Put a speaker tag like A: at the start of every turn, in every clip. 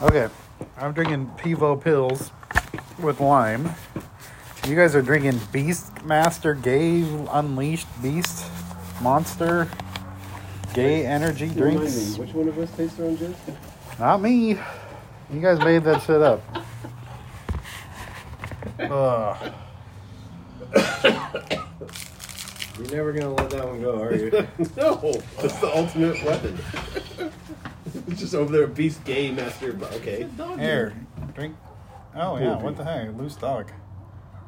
A: Okay, I'm drinking Pivo pills with lime. You guys are drinking Beastmaster Gay Unleashed Beast Monster Gay Energy
B: Remind
A: drinks.
B: me, which one of us tastes orange juice?
A: Not me. You guys made that shit up. Ugh.
B: You're never gonna let that one go, are you? no, that's the ultimate weapon. it's just over there, beast gay master. but Okay.
A: Here, drink. Oh yeah, what the heck? Loose dog.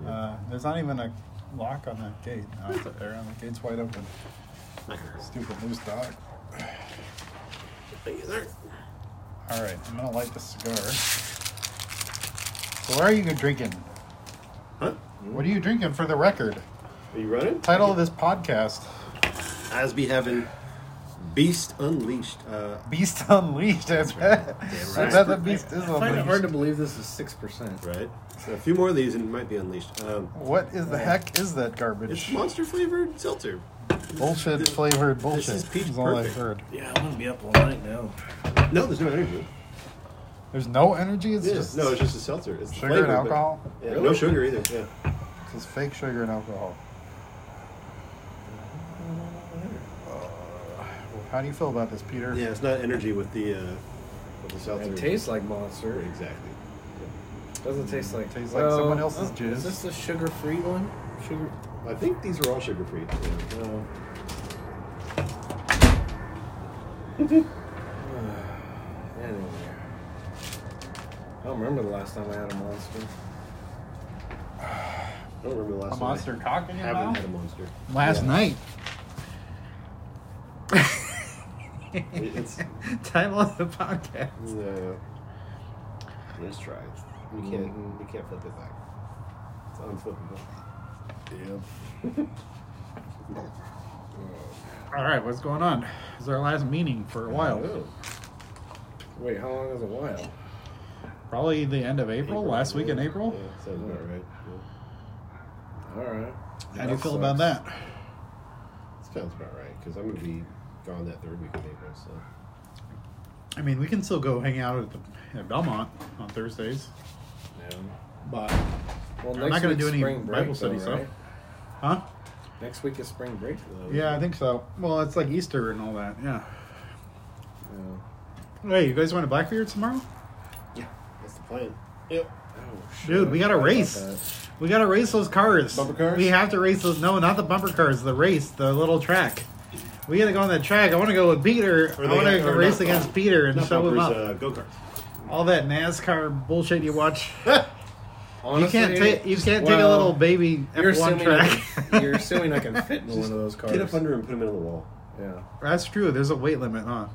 A: Uh, there's not even a lock on that gate. No, it's up there. and The gate's wide open. Stupid loose dog. All right, I'm gonna light the cigar. So, what are you drinking?
B: Huh?
A: What are you drinking for the record?
B: Are you running?
A: Title of this podcast:
B: As be having Beast Unleashed. Uh,
A: Beast Unleashed. That's right.
B: Damn
A: I
B: right.
A: bet the beast is
C: I find it hard to
A: unleashed.
C: believe this is six percent.
B: right. So a few more of these and it might be unleashed. Um,
A: What is the heck is that
B: it's
A: garbage?
B: monster flavored seltzer.
A: Bullshit flavored bullshit.
B: is peach
A: is all I've heard.
B: perfect.
C: Yeah, I'm gonna be up all night now.
B: No, there's no energy.
A: There's no energy. It's
B: Yeah,
A: just
B: no, it's just a seltzer. It's
A: sugar and
B: flavored, but-
A: alcohol.
B: Yeah, No sugar either. Yeah.
A: It's just fake sugar and alcohol. Uh, how do you feel about this, Peter?
B: Mm-hmm. Yeah, it's not energy with the uh, with the seltzer.
C: It tastes like monster.
B: exactly.
C: Doesn't taste like.
A: Tastes like someone else's
C: oh,
A: jizz.
C: Is this the sugar-free one? Sugar. oh.
B: I think these are all sugar free.
C: No. anyway, I don't remember the last time I had a monster.
B: I don't remember the last
A: A
B: time I
A: monster cock in your
B: haven't
A: mouth?
B: had a monster.
A: Last
C: Yeah.
A: night.
B: It's-
C: time on the podcast.
B: No. Mm-hmm. Let's try. We can't. We can't flip it back. It's unflippable.
A: All right, what's going on? It's our last meeting for a while.
B: Oh.
C: Wait, how long is a while?
A: Probably the end of April, last week in
B: yeah.
A: April.
B: Yeah, sounds about right. Yeah.
C: All right.
A: How do you feel about that?
B: Sounds about right because I'm gonna be gone that third week of April. So
A: I mean, we can still go hang out at, the, at Belmont on Thursdays,
C: Yeah.
A: but
C: Well,
A: I'm not going
C: next week's
A: to do any
C: spring break,
A: Bible study
C: though,
A: stuff.
C: right?
A: Huh?
C: Next week is spring break,
B: um,
C: though.
A: Yeah, I think so. Well, it's like Easter and all that. Yeah.
C: Yeah.
A: Hey, you guys want a Blackbeard tomorrow?
B: yeah, that's the plan. Yep.
C: Oh, shit,
A: Dude, we got a
C: I forgot
A: race.
C: about
A: We gotta race those cars.
C: Bumper cars?
A: We have to race those. No, not the bumper cars. The race, the little track. We gotta go on that track. I want to go with Peter.
B: Or
A: I
B: they-
A: want to
B: or
A: race
B: not-
A: against Peter and
B: Not
A: show him up.
B: bumpers, uh, go karts.
A: All that NASCAR bullshit you watch.
B: Huh.
C: that. Honestly,
A: you can't take. You can't take a
C: well,
A: little baby
C: You're
A: F1
C: assuming,
A: track.
C: you're assuming I can fit in one of
B: Just
C: those cars.
B: Get up under him and put him into the wall.
C: Yeah.
A: That's true. There's a weight limit, huh?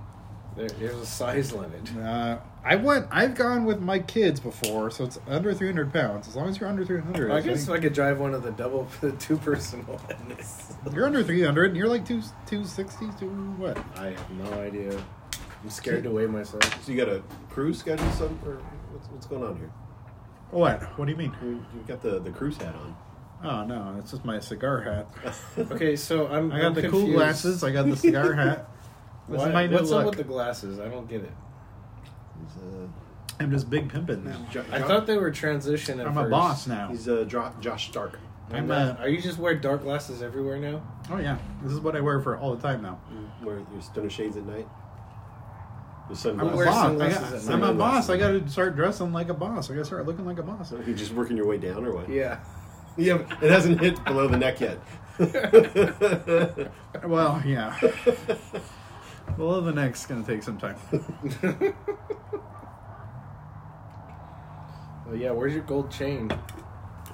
C: There, there's a size limit.
A: Uh, I went. I've gone with my kids before, so it's under 300 pounds. As long as you're under 300,
C: I guess
A: think-
C: I could drive one of the double, the two person ones.
A: you're under 300. and You're like two 260 to what?
C: I have no idea. I'm scared to weigh myself.
B: So you got a cruise schedule, some or what's, what's going on here?
A: What? What do you mean?
B: You, you got the the cruise hat on.
A: Oh no, it's just my cigar hat.
C: Okay, so I'm.
A: I got
C: I'm
A: the cool
C: confused.
A: glasses. I got the cigar hat. This
C: Why-
A: is my new
C: what's
A: look.
C: up with the glasses? I don't get it.
B: He's, uh,
A: I'm just big pimpin'
B: he's
A: now.
B: Jo-
C: I
B: Jo-
C: thought they were transitioning.
A: I'm a boss now.
B: he's uh, Jo- Josh Stark.
A: I'm a-
C: Are you just wearing dark glasses everywhere now?
A: Oh yeah, this is what I wear for all the time now.
C: Mm.
B: Where your stunner shades at night. Your
A: I'm a
C: wear
A: boss.
B: sunglasses.
A: I
C: sunglasses at
A: got, I'm
C: night.
A: a boss. I
B: Sunglasses.
A: got to start dressing like a boss. I got to start looking like a boss.
B: So you're just working your way down, or what?
C: Yeah.
B: Yeah, but it hasn't hit below the neck yet.
A: Well, yeah. Below the neck's gonna take some time.
C: Oh, yeah, where's your gold chain?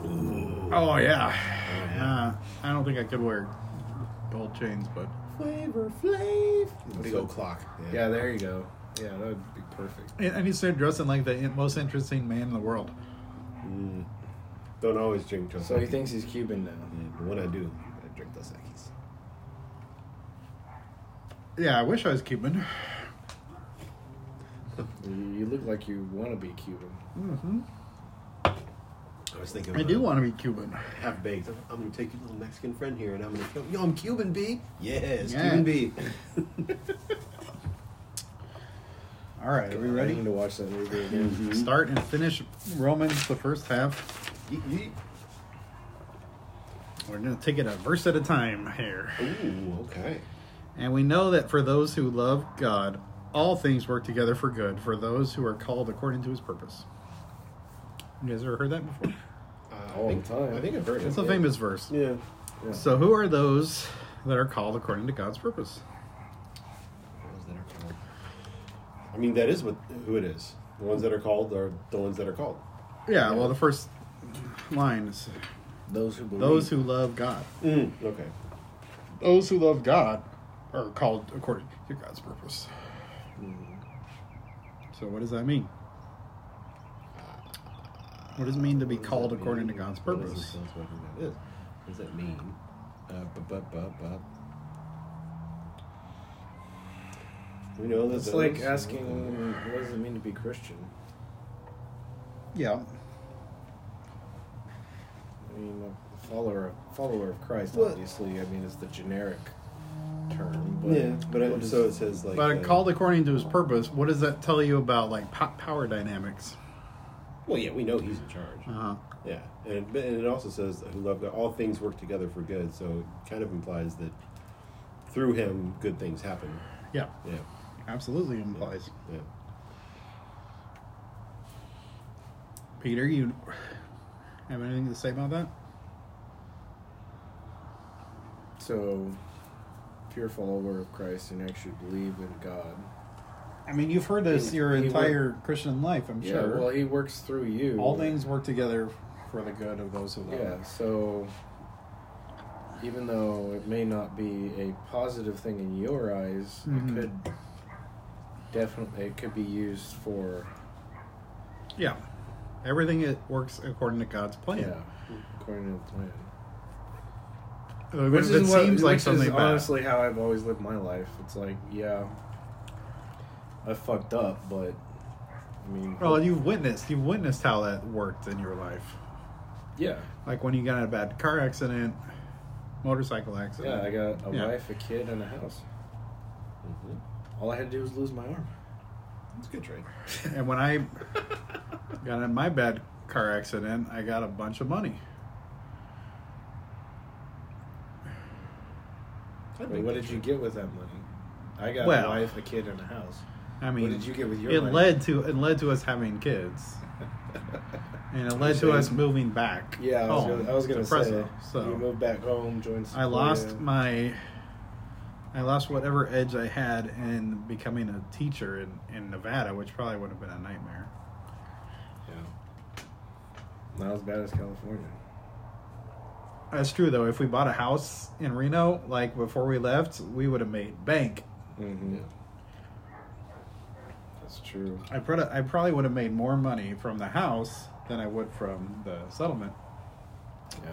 A: Oh yeah.
B: yeah.
A: Uh, I don't think I could wear gold chains, but
B: Flavor, flavor. Big old clock.
C: Yeah, there you go. Yeah, that would be perfect.
A: I I need to start dressing like the in- most interesting man in the world.
B: Mm. Don't always drink Dos
C: So he
B: Equis.
C: thinks he's Cuban now.
B: Yeah, but when I do, I drink Dos Equis.
A: Yeah, I wish I was Cuban.
C: You you look like you want to be Cuban.
A: hmm
B: I was thinking.
A: I do want to be Cuban.
B: half baked. I'm, I'm gonna take your little Mexican friend here, and I'm gonna kill. Yo, I'm Cuban B. Yes,
A: Yeah.
B: Cuban B.
A: All right, are we
C: I need
A: ready?
C: to watch that movie again.
A: Start and finish Romans the first half.
B: Yeet, yeet.
A: We're going to take it a verse at a time here.
B: Ooh, okay.
A: And we know that for those who love God, all things work together for good for those who are called according to his purpose. You guys ever heard that before?
B: Uh,
C: All
B: I think,
C: the time.
B: I think I've heard
A: It's
B: it.
A: a famous verse.
D: Yeah.
B: Mm-hmm.
C: Yeah.
A: So, who are those that are called according to God's purpose?
B: Ones that are called. I mean, that is what who it is. The ones that are called are the ones that are called.
A: Yeah, well, the first line is
C: Those who believe.
A: those who love God.
B: Mm. Okay.
A: Those who love God are called according to God's purpose. So, what does that mean? What does it mean to be
B: What does
A: called
B: that
A: according to
B: mean?
A: God's
B: What is
A: purpose?
B: this- What is that is? What does that mean? Uh, bu- bu- bu- bu- We know that
C: It's like
B: those-
C: asking, what does it mean to be Christian?
A: Yeah.
C: I mean, a follower, follower of Christ,
B: Well-
C: obviously. I mean, it's the generic term. But
B: Yeah, but
C: what
B: it,
C: is-
B: so it says like.
A: But
B: uh,
A: called according to his purpose, what does that tell you about like po- power dynamics?
B: Well, yeah, we know he's in charge.
A: Uh,
B: Yeah, and but- and it also says who love God, all things work together for good. So it kind of implies that through him, good things happen.
A: yeah,
B: Yeah,
A: absolutely implies.
B: yeah.
A: Peter, you have anything to say about that?
C: So, if you're a follower of Christ and actually believe in God,
A: I mean, you've heard this
C: He-
A: your
C: he
A: entire Christian life, I'm
C: yeah,
A: sure.
C: well, He works through you.
A: All things work together for the good of those who love
C: Yeah,
A: us.
C: so even though it may not be a positive thing in your eyes,
A: Mhm.
C: it could definitely it could be used for
A: Yeah. Everything it works according to God's plan.
C: yeah, according to the plan.
A: Uh, Which it
C: what-
A: seems like
C: which
A: something
C: is
A: bad.
C: honestly how I've always lived my life. It's like, yeah, I fucked up, but I mean,
A: Well, you've witnessed you've witnessed how that worked in your life.
C: yeah,
A: Like when you got in a bad car accident, motorcycle accident.
C: yeah, I got a
A: Yeah.
C: wife, a kid, and a house.
B: Mm-hmm.
C: All I had to do was lose my arm.
B: It's a good trade.
A: And when I got in my bad car accident, I got a bunch of money.
C: But what did you get with that money? I got
A: Well-
C: a wife, a kid, and a house.
A: I mean,
C: what did you get with your
A: it
C: money?
A: led to it led to us having kids, and it led to us moving back.
C: Yeah, I was
A: home
C: gonna, I was
A: to
C: gonna say.
A: Fresno.
C: you
A: so
C: moved back home, joined.
A: I lost
C: Sequoia.
A: my. I lost whatever edge I had in becoming a teacher in, in Nevada, which probably would have been a nightmare.
C: Yeah. Not as bad as California.
A: That's true, though. If we bought a house in Reno, like before we left, we would have made bank.
C: Mm-hmm.
B: Yeah.
C: That's true.
A: I put a, I probably would have made more money from the house than I would from the settlement.
C: Yeah.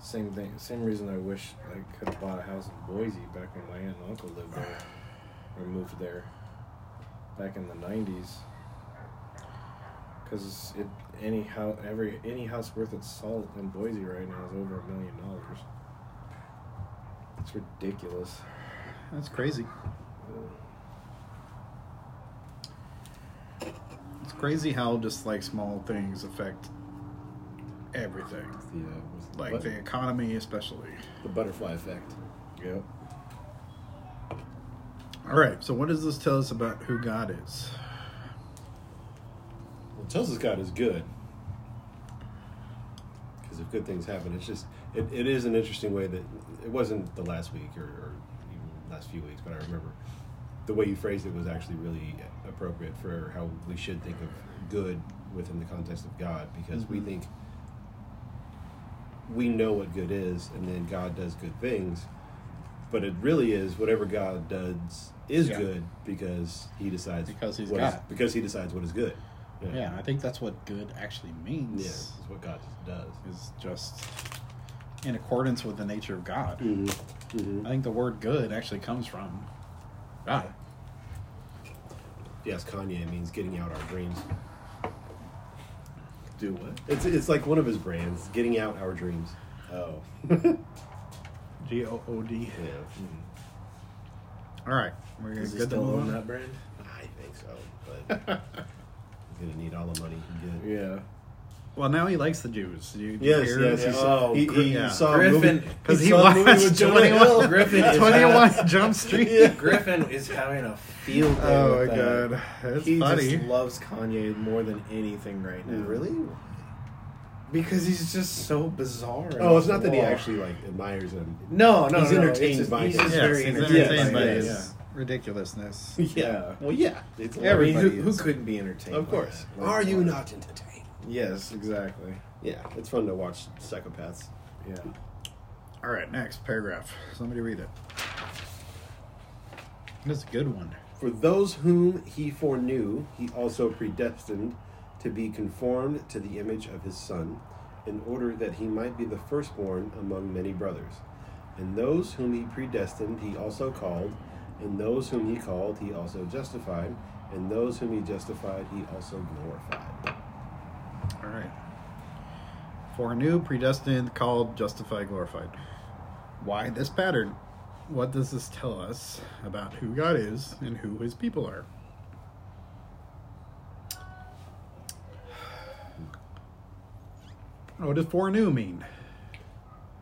C: Same thing. Same reason I wish I could have bought a house in Boise back when my aunt and uncle lived there or moved there back in the '90s. Because it any house every any house worth its salt in Boise right now is over a million dollars. It's ridiculous.
A: That's crazy. It's crazy how just like small things affect everything,
B: It's the, uh, what's the,
A: like
B: but-
A: the economy especially.
B: the butterfly effect.
C: Yep.
A: All right, so what does this tell us about who God is?
B: Well, it tells us God is good. Because if good things happen, it's just it, it is an interesting way that it wasn't the last week or, or even last few weeks, but I remember the way you phrased it was actually really appropriate for how we should think of good within the context of God, because we
A: Mhm.
B: think we know what good is, and then God does good things, but it really is whatever God does is
A: Yeah.
B: good because He decides
A: Because He's
B: what is-
A: God.
B: because He decides what is good.
A: I think that's what good actually means.
B: Yeah, is what God does.
A: Is just in accordance with the nature of God.
B: Mm-hmm.
A: I think the word good actually comes from God.
B: Yes, Kanye means getting out our dreams.
C: Do what?
B: It's it's like one of his brands, getting out our dreams.
C: Oh.
A: G O O D.
B: Yeah.
A: All right, we're
C: Is he
A: good to
C: still
A: move
C: on
A: on.
C: that brand?
B: I think so, but he's gonna need all the money he can get.
C: Yeah.
A: Well, now he likes the Jews. You
B: Yes,
A: hear?
B: yes.
A: He's-
B: He,
C: Oh,
B: he, he
A: yeah.
B: saw a
C: Griffin.
B: movie
A: Because he
B: saw a movie
A: watched
B: with Jonah Hill.
A: 21,
C: Griffin is
A: 21 Jump Street.
C: Griffin is having a field day.
A: Oh
C: with
A: my
C: that.
A: god, that's
C: he
A: funny.
C: just loves Kanye more than anything right now.
B: Really?
C: Because he's just so bizarre. and
B: Oh, it's not that he
C: off the wall.
B: actually like admires him.
C: No, no,
B: He's
C: no,
B: entertained
C: it's just-
B: by
C: he's
B: it.
C: just
A: yes,
C: very
A: he's
C: entertained,
A: entertained
C: by,
A: by
C: it,
A: his
C: yeah.
A: ridiculousness.
C: Yeah.
B: Well, yeah. It's
C: Yeah, I mean, who,
A: Everybody
C: who
A: is.
C: couldn't be entertained?
B: Of
C: by
B: course.
C: that? Like,
B: Are you
C: why?
B: not entertained?
C: Yes, exactly.
B: Yeah, it's fun to watch psychopaths.
C: Yeah.
A: All right, next paragraph. Somebody read it. That's a good one.
B: For those whom he foreknew, he also predestined to be conformed to the image of his Son, in order that he might be the firstborn among many brothers. And those whom he predestined, he also called. And those whom he called, he also justified. And those whom he justified, he also glorified.
A: All right. Foreknew, predestined, called, justified, glorified. Why this pattern? What does this tell us about who God is and who his people are? What does foreknew mean?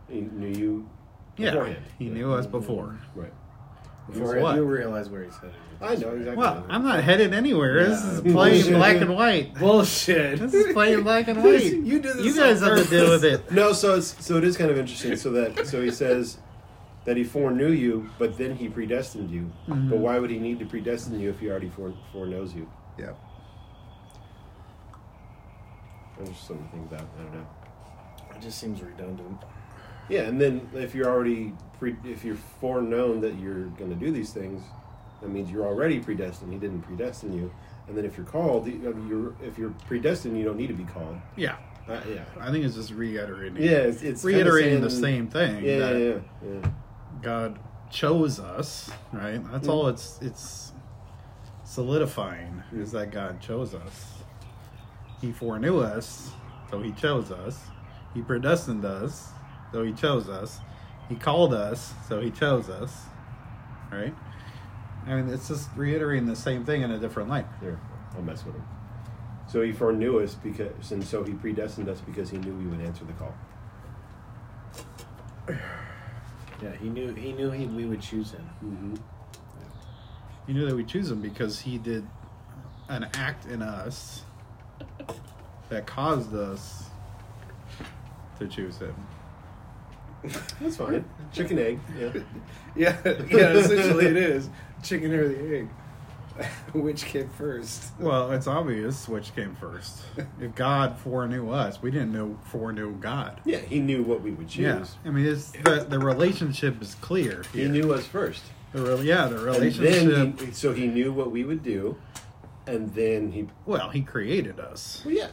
B: He knew you
A: Yeah,
B: beforehand.
A: he knew us before.
B: Right.
A: Before
C: Before
A: what?
C: you realize where he's headed.
B: I know exactly.
A: Well, I'm not headed anywhere. This
C: Yeah.
A: is plain
B: Bullshit.
A: black and white.
C: Bullshit.
A: This is plain black and white.
C: You did this
A: You guys
C: on
A: have to deal
C: purpose.
A: with it.
B: No, so it's, so it is kind of interesting. So that so he says that he foreknew you, but then he predestined you. But why would he need to predestine you if he already fore, foreknows you?
A: Yeah.
B: There's just something to think about. I don't know.
C: It just seems redundant.
B: Yeah, and then if you're already pre, if you're foreknown that you're going to do these things, that means you're already predestined. He didn't predestine you. And then if you're called, you- I mean, you're if you're predestined, you don't need to be called.
A: Yeah.
B: Uh, yeah.
A: I think it's just reiterating.
B: Yeah, it's, it's kinda
A: reiterating
B: saying-
A: the same thing.
B: Yeah,
A: that
B: yeah, yeah, yeah.
A: God chose us, right? That's
B: Mm.
A: all it's it's solidifying is that God chose us. He foreknew us, so he chose us. He predestined us, so he chose us. He called us, so he chose us. Right? I mean, it's just reiterating the same thing in a different light.
B: There, I'll mess with him. So he foreknew us because, and so he predestined us because he knew we would answer the call.
C: Yeah, he knew. He knew he we would choose him.
B: Mm-hmm.
A: You knew that we choose him because he did an act in us that caused us to choose him.
B: That's fine. Chicken egg. Yeah.
C: Yeah, yeah. Essentially, it is chicken or the egg. Which came first?
A: Well, it's obvious which came first. If God foreknew us, we didn't know foreknew God.
B: Yeah, he knew what we would choose.
A: Yeah, I mean, it's the the relationship is clear.
B: He
A: here.
B: knew us first.
A: the re- yeah the
B: And
A: relationship.
B: then he, so he knew what we would do, and then he.
A: well, he created us,
B: Well, yeah.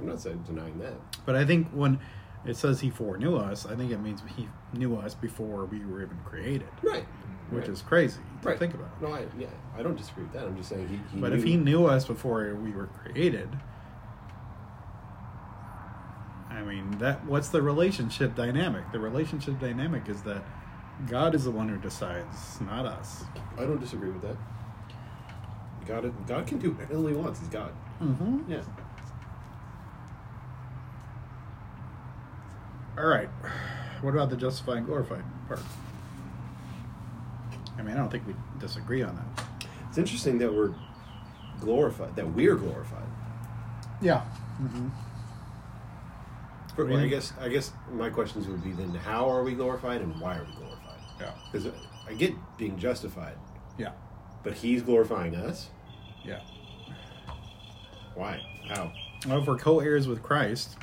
B: I'm not saying denying that.
A: but I think when it says he foreknew us, I think it means he knew us before we were even created,
B: Right.
A: which
B: Right.
A: is crazy to
B: Right.
A: think about.
B: No, I yeah, I don't disagree with that. I'm just saying he. he
A: But if he knew us before we were created, I mean, that what's the relationship dynamic? The relationship dynamic is that God is the one who decides, not us.
B: I don't disagree with that. God, God can do whatever he wants. He's God.
A: Mm-hmm.
B: Yeah.
A: All right. What about the justified and glorified part? I mean, I don't think we disagree on that.
B: It's interesting that we're glorified. That we're glorified.
A: Yeah. Mm-hmm.
B: For,
A: Really?
B: I guess I guess my questions would be then: How are we glorified, and why are we glorified?
A: Yeah.
B: Because I get being justified,
A: Yeah.
B: but He's glorifying us.
A: Yeah.
B: Why? How?
A: Well, if we're co-heirs with Christ,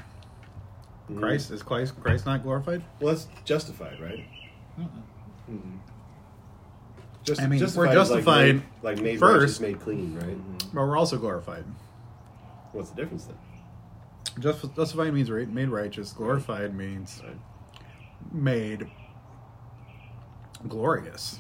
A: Mm-hmm. Christ is Christ Christ not glorified?
B: Well, that's justified, right?
C: Mhm.
B: Just,
A: Mm-hmm. I mean, we're
B: is
A: justified
B: like made, like made
A: first. Mm-hmm.
B: righteous, made clean, right?
A: But we're also glorified.
B: What's the difference then?
A: Just, justified means right, made righteous. Glorified means
B: Right.
A: made glorious.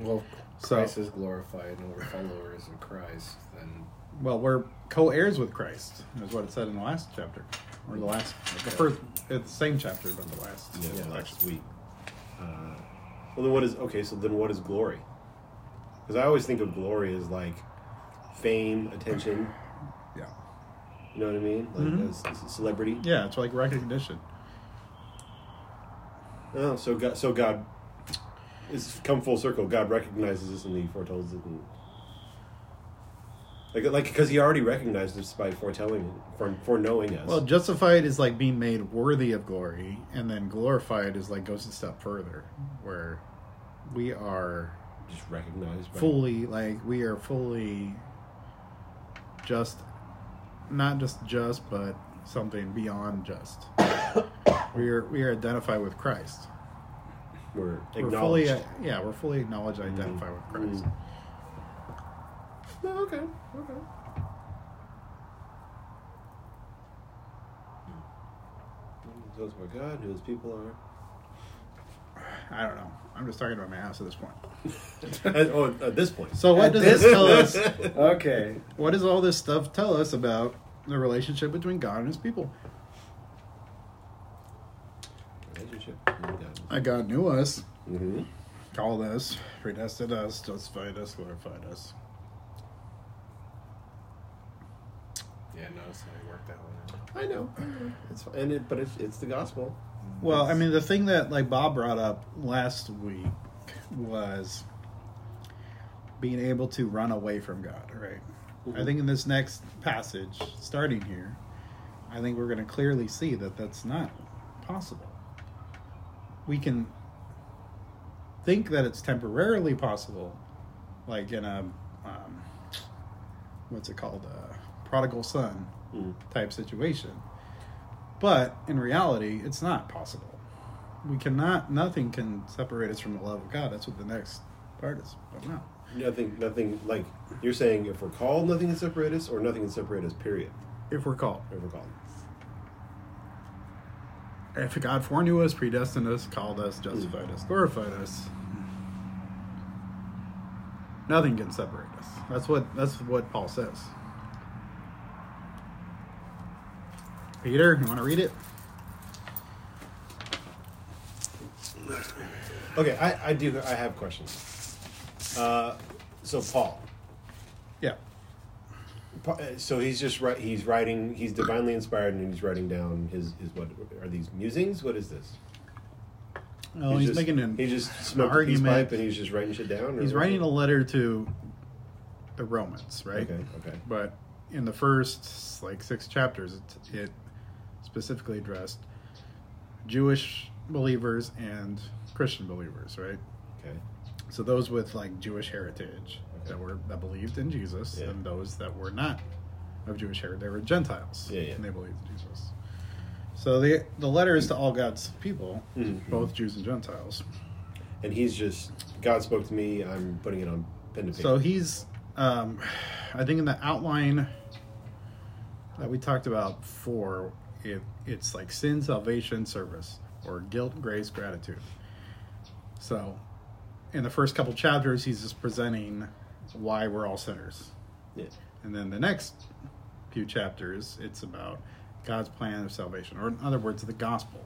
C: Well,
A: So-
C: Christ is glorified, and we're followers of Christ. Then
A: Well, we're co-heirs with Christ, is what it said in the last chapter, or the last, the first, it's the same chapter, but the last.
B: Yeah,
C: Yeah.
B: last week. Uh, well, then what is okay? So then, what is glory? Because I always think of glory as like fame, attention.
A: Yeah.
B: You know what I mean? Like
A: Mhm.
B: as- as a celebrity.
A: Yeah, it's like recognition.
B: Oh, so God, so God, it's come full circle. God recognizes this and He foretold it. And, like, like because He already recognized us by foretelling, it, for foreknowing us.
A: Well, justified is like being made worthy of glory, and then glorified is like goes a step further, where we are
B: just recognized. By,
A: fully like we are fully just not just just but something beyond just we are we are identified with christ
B: We're
A: we're fully uh,
B: acknowledged.
A: yeah we're fully acknowledged and identified with christ
B: Mm. No, okay. Okay. Knows where God, who His people are.
A: i don't know i'm just talking about my house at this point
B: At- oh, at this point.
A: so what
C: At
A: does this
C: this
A: tell us
C: Okay.
A: what does all this stuff tell us about the relationship between god and his people
B: Relationship.
A: that god knew us
B: Mm-hmm.
A: called us predestined us justified us glorified us
C: Yeah, no, it's not worked that one out.
B: I know. It's fine. and it, but it's it's the gospel.
A: Well, I mean, the thing that like Bob brought up last week was being able to run away from God, right? I
B: Mhm.
A: think in this next passage, starting here, I think we're going to clearly see that that's not possible. We can think that it's temporarily possible, like in a um, what's it called, a prodigal son
B: Mm.
A: type situation. But in reality, it's not possible. We cannot, nothing can separate us from the love of God. That's what the next part is about.
B: Nothing, nothing. Like you're saying, if we're called, nothing can separate us, or nothing can separate us. Period.
A: If we're called.
B: If we're called.
A: If God foreknew us, predestined us, called us, justified us, glorified us, nothing can separate us. That's what that's what Paul says. Peter, you want to read it?
B: Okay, I, I do. I have questions. Uh, so Paul,
A: Yeah.
B: Pa- uh, so he's just wri- he's writing. He's divinely inspired, and he's writing down his his what are these musings? What is this?
A: Oh, he's,
B: just,
A: making an
B: he just smoked a peace
A: argument.
B: pipe, and he's just writing shit down. or
A: He's
B: what?
A: writing a letter to the Romans, right?
B: Okay, okay.
A: But in the first like six chapters, it, it specifically addressed Jewish believers and Christian believers, right?
B: Okay.
A: So those with like Jewish heritage that
B: Okay.
A: were that believed in Jesus,
B: Yeah.
A: and those that were not of Jewish heritage, they were Gentiles,
B: Yeah, yeah.
A: and they believed in Jesus. So the the letter is to all God's people,
B: Mhm.
A: both Jews and Gentiles.
B: And he's just God spoke to me. I'm putting it on pen to paper.
A: So he's, um, I think in the outline that we talked about before, it, it's like sin, salvation, service, or guilt, grace, gratitude. So in the first couple chapters, he's just presenting why we're all sinners.
B: yeah.
A: And then the next few chapters, it's about God's plan of salvation, or in other words, the gospel.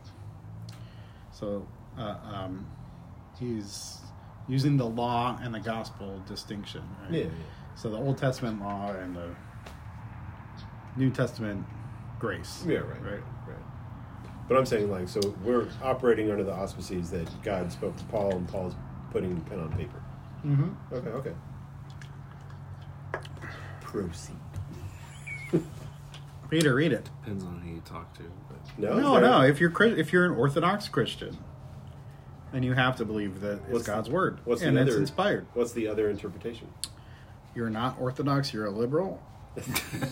A: So uh, um, he's using the law and the gospel distinction.
B: yeah,
A: Right?
B: yeah.
A: So the Old Testament law and the New Testament grace.
B: Yeah, right,
A: Right.
B: right, right. But I'm saying, like, so we're operating under the auspices that God spoke to Paul, and Paul's putting pen on paper.
A: Mm-hmm.
B: Okay, okay. Proceed.
A: Peter, read it.
C: Depends on who you talk to, but
B: No,
A: No,
B: is
A: no.
B: that-
A: If you're Chri- if you're an Orthodox Christian, then you have to believe that it's
B: What's-
A: God's word
B: what's
A: and
B: the
A: it's
B: other-
A: inspired.
B: What's the other interpretation?
A: you're not orthodox you're a liberal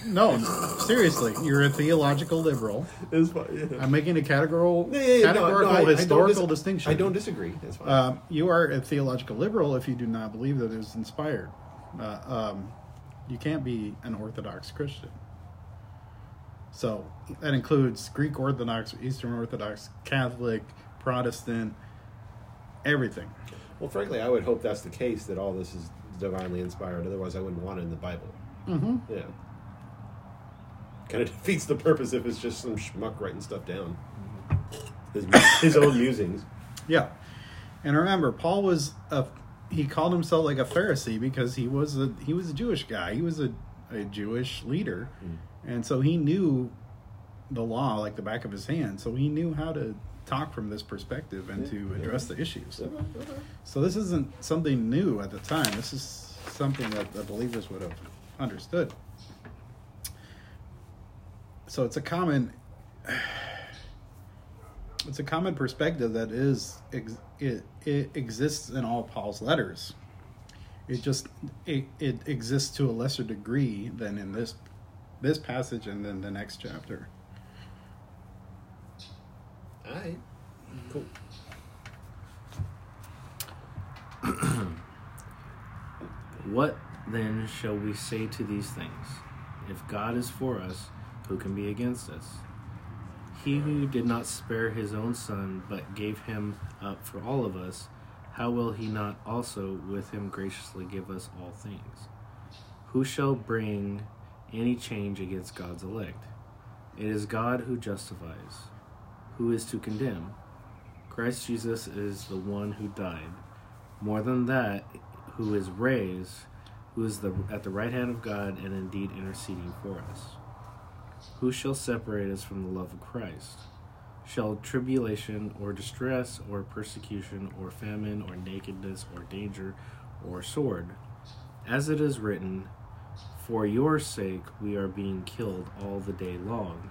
A: no seriously you're a theological liberal
B: It's fine. Yeah.
A: i'm making a categorical
B: Yeah, yeah, yeah, no, no,
A: categorical
B: I- I don't dis-
A: historical distinction
B: I don't disagree. That's fine.
A: um, you are a theological liberal if you do not believe that it is inspired uh, um, you can't be an orthodox christian so that includes greek orthodox eastern orthodox catholic protestant everything
B: well, frankly, I would hope that's the case. That all this is divinely inspired. Otherwise, I wouldn't want it in the Bible.
A: mm-hmm.
B: Yeah. Kind of defeats the purpose if it's just some schmuck writing stuff down.
A: Mm-hmm.
B: His, his own musings.
A: Yeah. And remember, Paul was a he called himself like a Pharisee because he was a he was a Jewish guy. He was a, a Jewish leader,
B: Mm.
A: and so he knew the law like the back of his hand. So he knew how to talk from this perspective and to address the issues. So this isn't something new at the time. This is something that the believers would have understood. So it's a common it's a common perspective that is ex- it, it exists in all Paul's letters. It just it, it exists to a lesser degree than in this this passage and then the next chapter.
B: All right. Cool.
E: What then shall we say to these things? If God is for us, who can be against us? He who did not spare his own son, but gave him up for all of us, how will he not also with him graciously give us all things? Who shall bring any change against God's elect? It is God who justifies. Who is to condemn? Christ Jesus is the one who died. More than that, who is raised, who is the, at the right hand of God and indeed interceding for us. Who shall separate us from the love of Christ? Shall tribulation or distress or persecution or famine or nakedness or danger or sword? As it is written, For your sake we are being killed all the day long.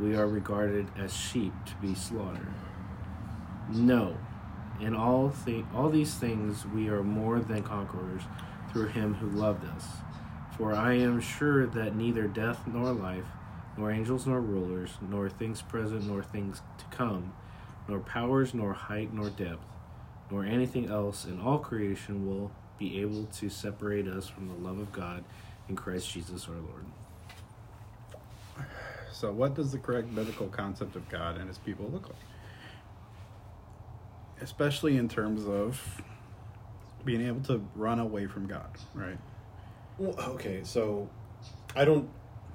E: We are regarded as sheep to be slaughtered. No, in all thi- all these things we are more than conquerors through him who loved us. For I am sure that neither death nor life, nor angels nor rulers, nor things present nor things to come, nor powers nor height nor depth, nor anything else in all creation will be able to separate us from the love of God in Christ Jesus our Lord.
A: So, what does the correct biblical concept of God and his people look like? Especially in terms of being able to run away from God, right?
B: Well, okay, so I don't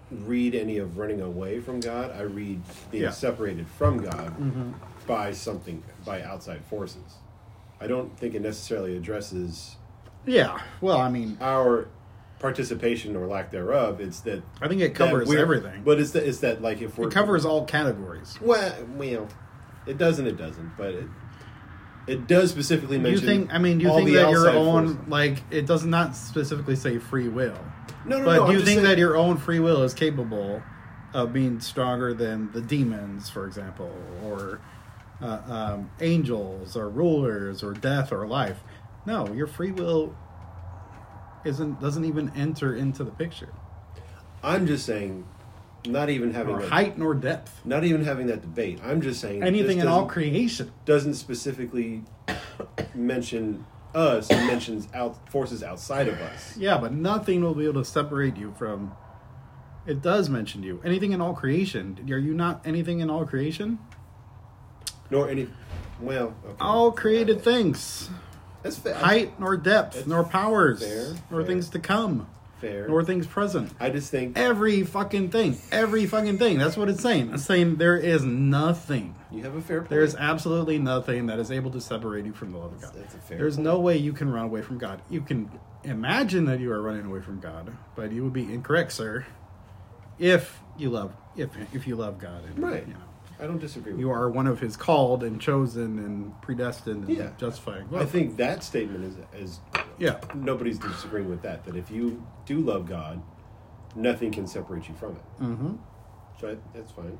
B: read any of running away from God. I read being
A: Yeah. Mm-hmm.
B: separated from God by something, by outside forces. I don't think it necessarily addresses
A: Yeah. Well, I mean,
B: our participation or lack thereof. It's that
A: I think it
B: that
A: covers
B: we're-
A: everything.
B: But it's that it's that like if we're
A: it covers all categories.
B: well, well, it doesn't. It doesn't. But it it does specifically
A: Do you
B: mention.
A: think? I mean, do you
B: all
A: think
B: the
A: that your
B: outside
A: own
B: forces.
A: like it does not specifically say free will,
B: No, no,
A: but
B: no.
A: do
B: I'm
A: you
B: just
A: think
B: saying-
A: that your own free will is capable of being stronger than the demons, for example, or uh, um, angels, or rulers, or death, or life? No, your free will isn't doesn't even enter into the picture,
B: I'm just saying, not even having
A: or
B: that-
A: height nor depth,
B: not even having that debate. I'm just saying that
A: anything
B: this
A: in all
B: doesn't-
A: creation.
B: doesn't specifically mention us. It mentions out forces outside of us.
A: Yeah, but nothing will be able to separate you from. It does mention you. Anything in all creation. Are you not anything in all creation?
B: Nor any. Well, okay.
A: All created things.
B: That's fair.
A: Height nor depth, nor powers,
B: fair,
A: nor
B: fair.
A: things to come,
B: fair.
A: nor things present.
B: I just think
A: Every fucking thing. Every fucking thing. That's what it's saying. It's saying there is nothing.
B: you have a fair point.
A: There is absolutely nothing that is able to separate you from the love of God.
B: That's a fair
A: There's
B: point.
A: no way you can run away from God. You can imagine that you are running away from God, but you would be incorrect, sir, if you love if if you love God. And,
B: right.
A: You, know,
B: I don't disagree. With
A: you are one of His called and chosen and predestined and
B: Yeah.
A: justifying.
B: I think that statement is is
A: Yeah.
B: nobody's disagreeing with that. That if you do love God, nothing can separate you from it.
A: Mm-hmm.
B: So I, that's fine.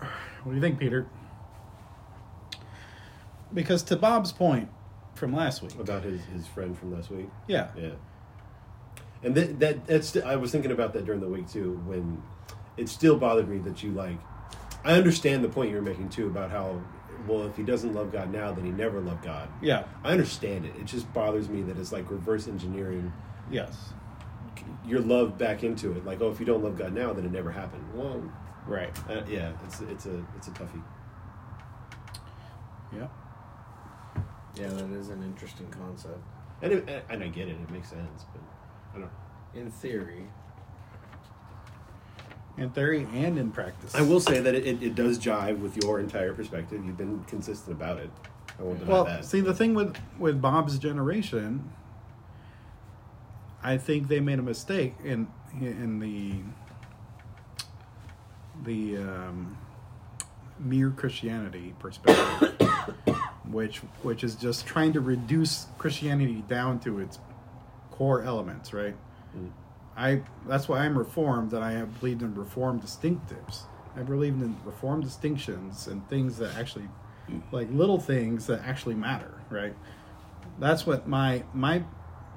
A: What do you think, Peter? Because to Bob's point from last week,
B: About his, his friend from last week.
A: yeah,
B: Yeah. And that, that that's I was thinking about that during the week too. When it still bothered me that you like, I understand the point you were making too about how well if he doesn't love God now, then he never loved God.
A: yeah,
B: I understand it. It just bothers me that it's like reverse engineering
A: yes,
B: your love back into it. Like, oh, if you don't love God now, then it never happened. Well,
A: right,
B: uh, yeah, it's it's a it's a toughie.
A: yeah.
C: Yeah, that is an interesting concept.
B: And it, and I get it. It makes sense, but I don't.
C: In theory,
A: In theory and in practice,
B: I will say that it, it, it does jive with your entire perspective. You've been consistent about it. I won't deny
A: Well,
B: that.
A: see the thing with with Bob's generation, I think they made a mistake in in the the um, mere Christianity perspective, which which is just trying to reduce Christianity down to its core elements, right?
B: Mm.
A: I that's why I'm reformed and I have believed in reformed distinctives. I believed in reformed distinctions and things that actually like little things that actually matter, right? That's what my my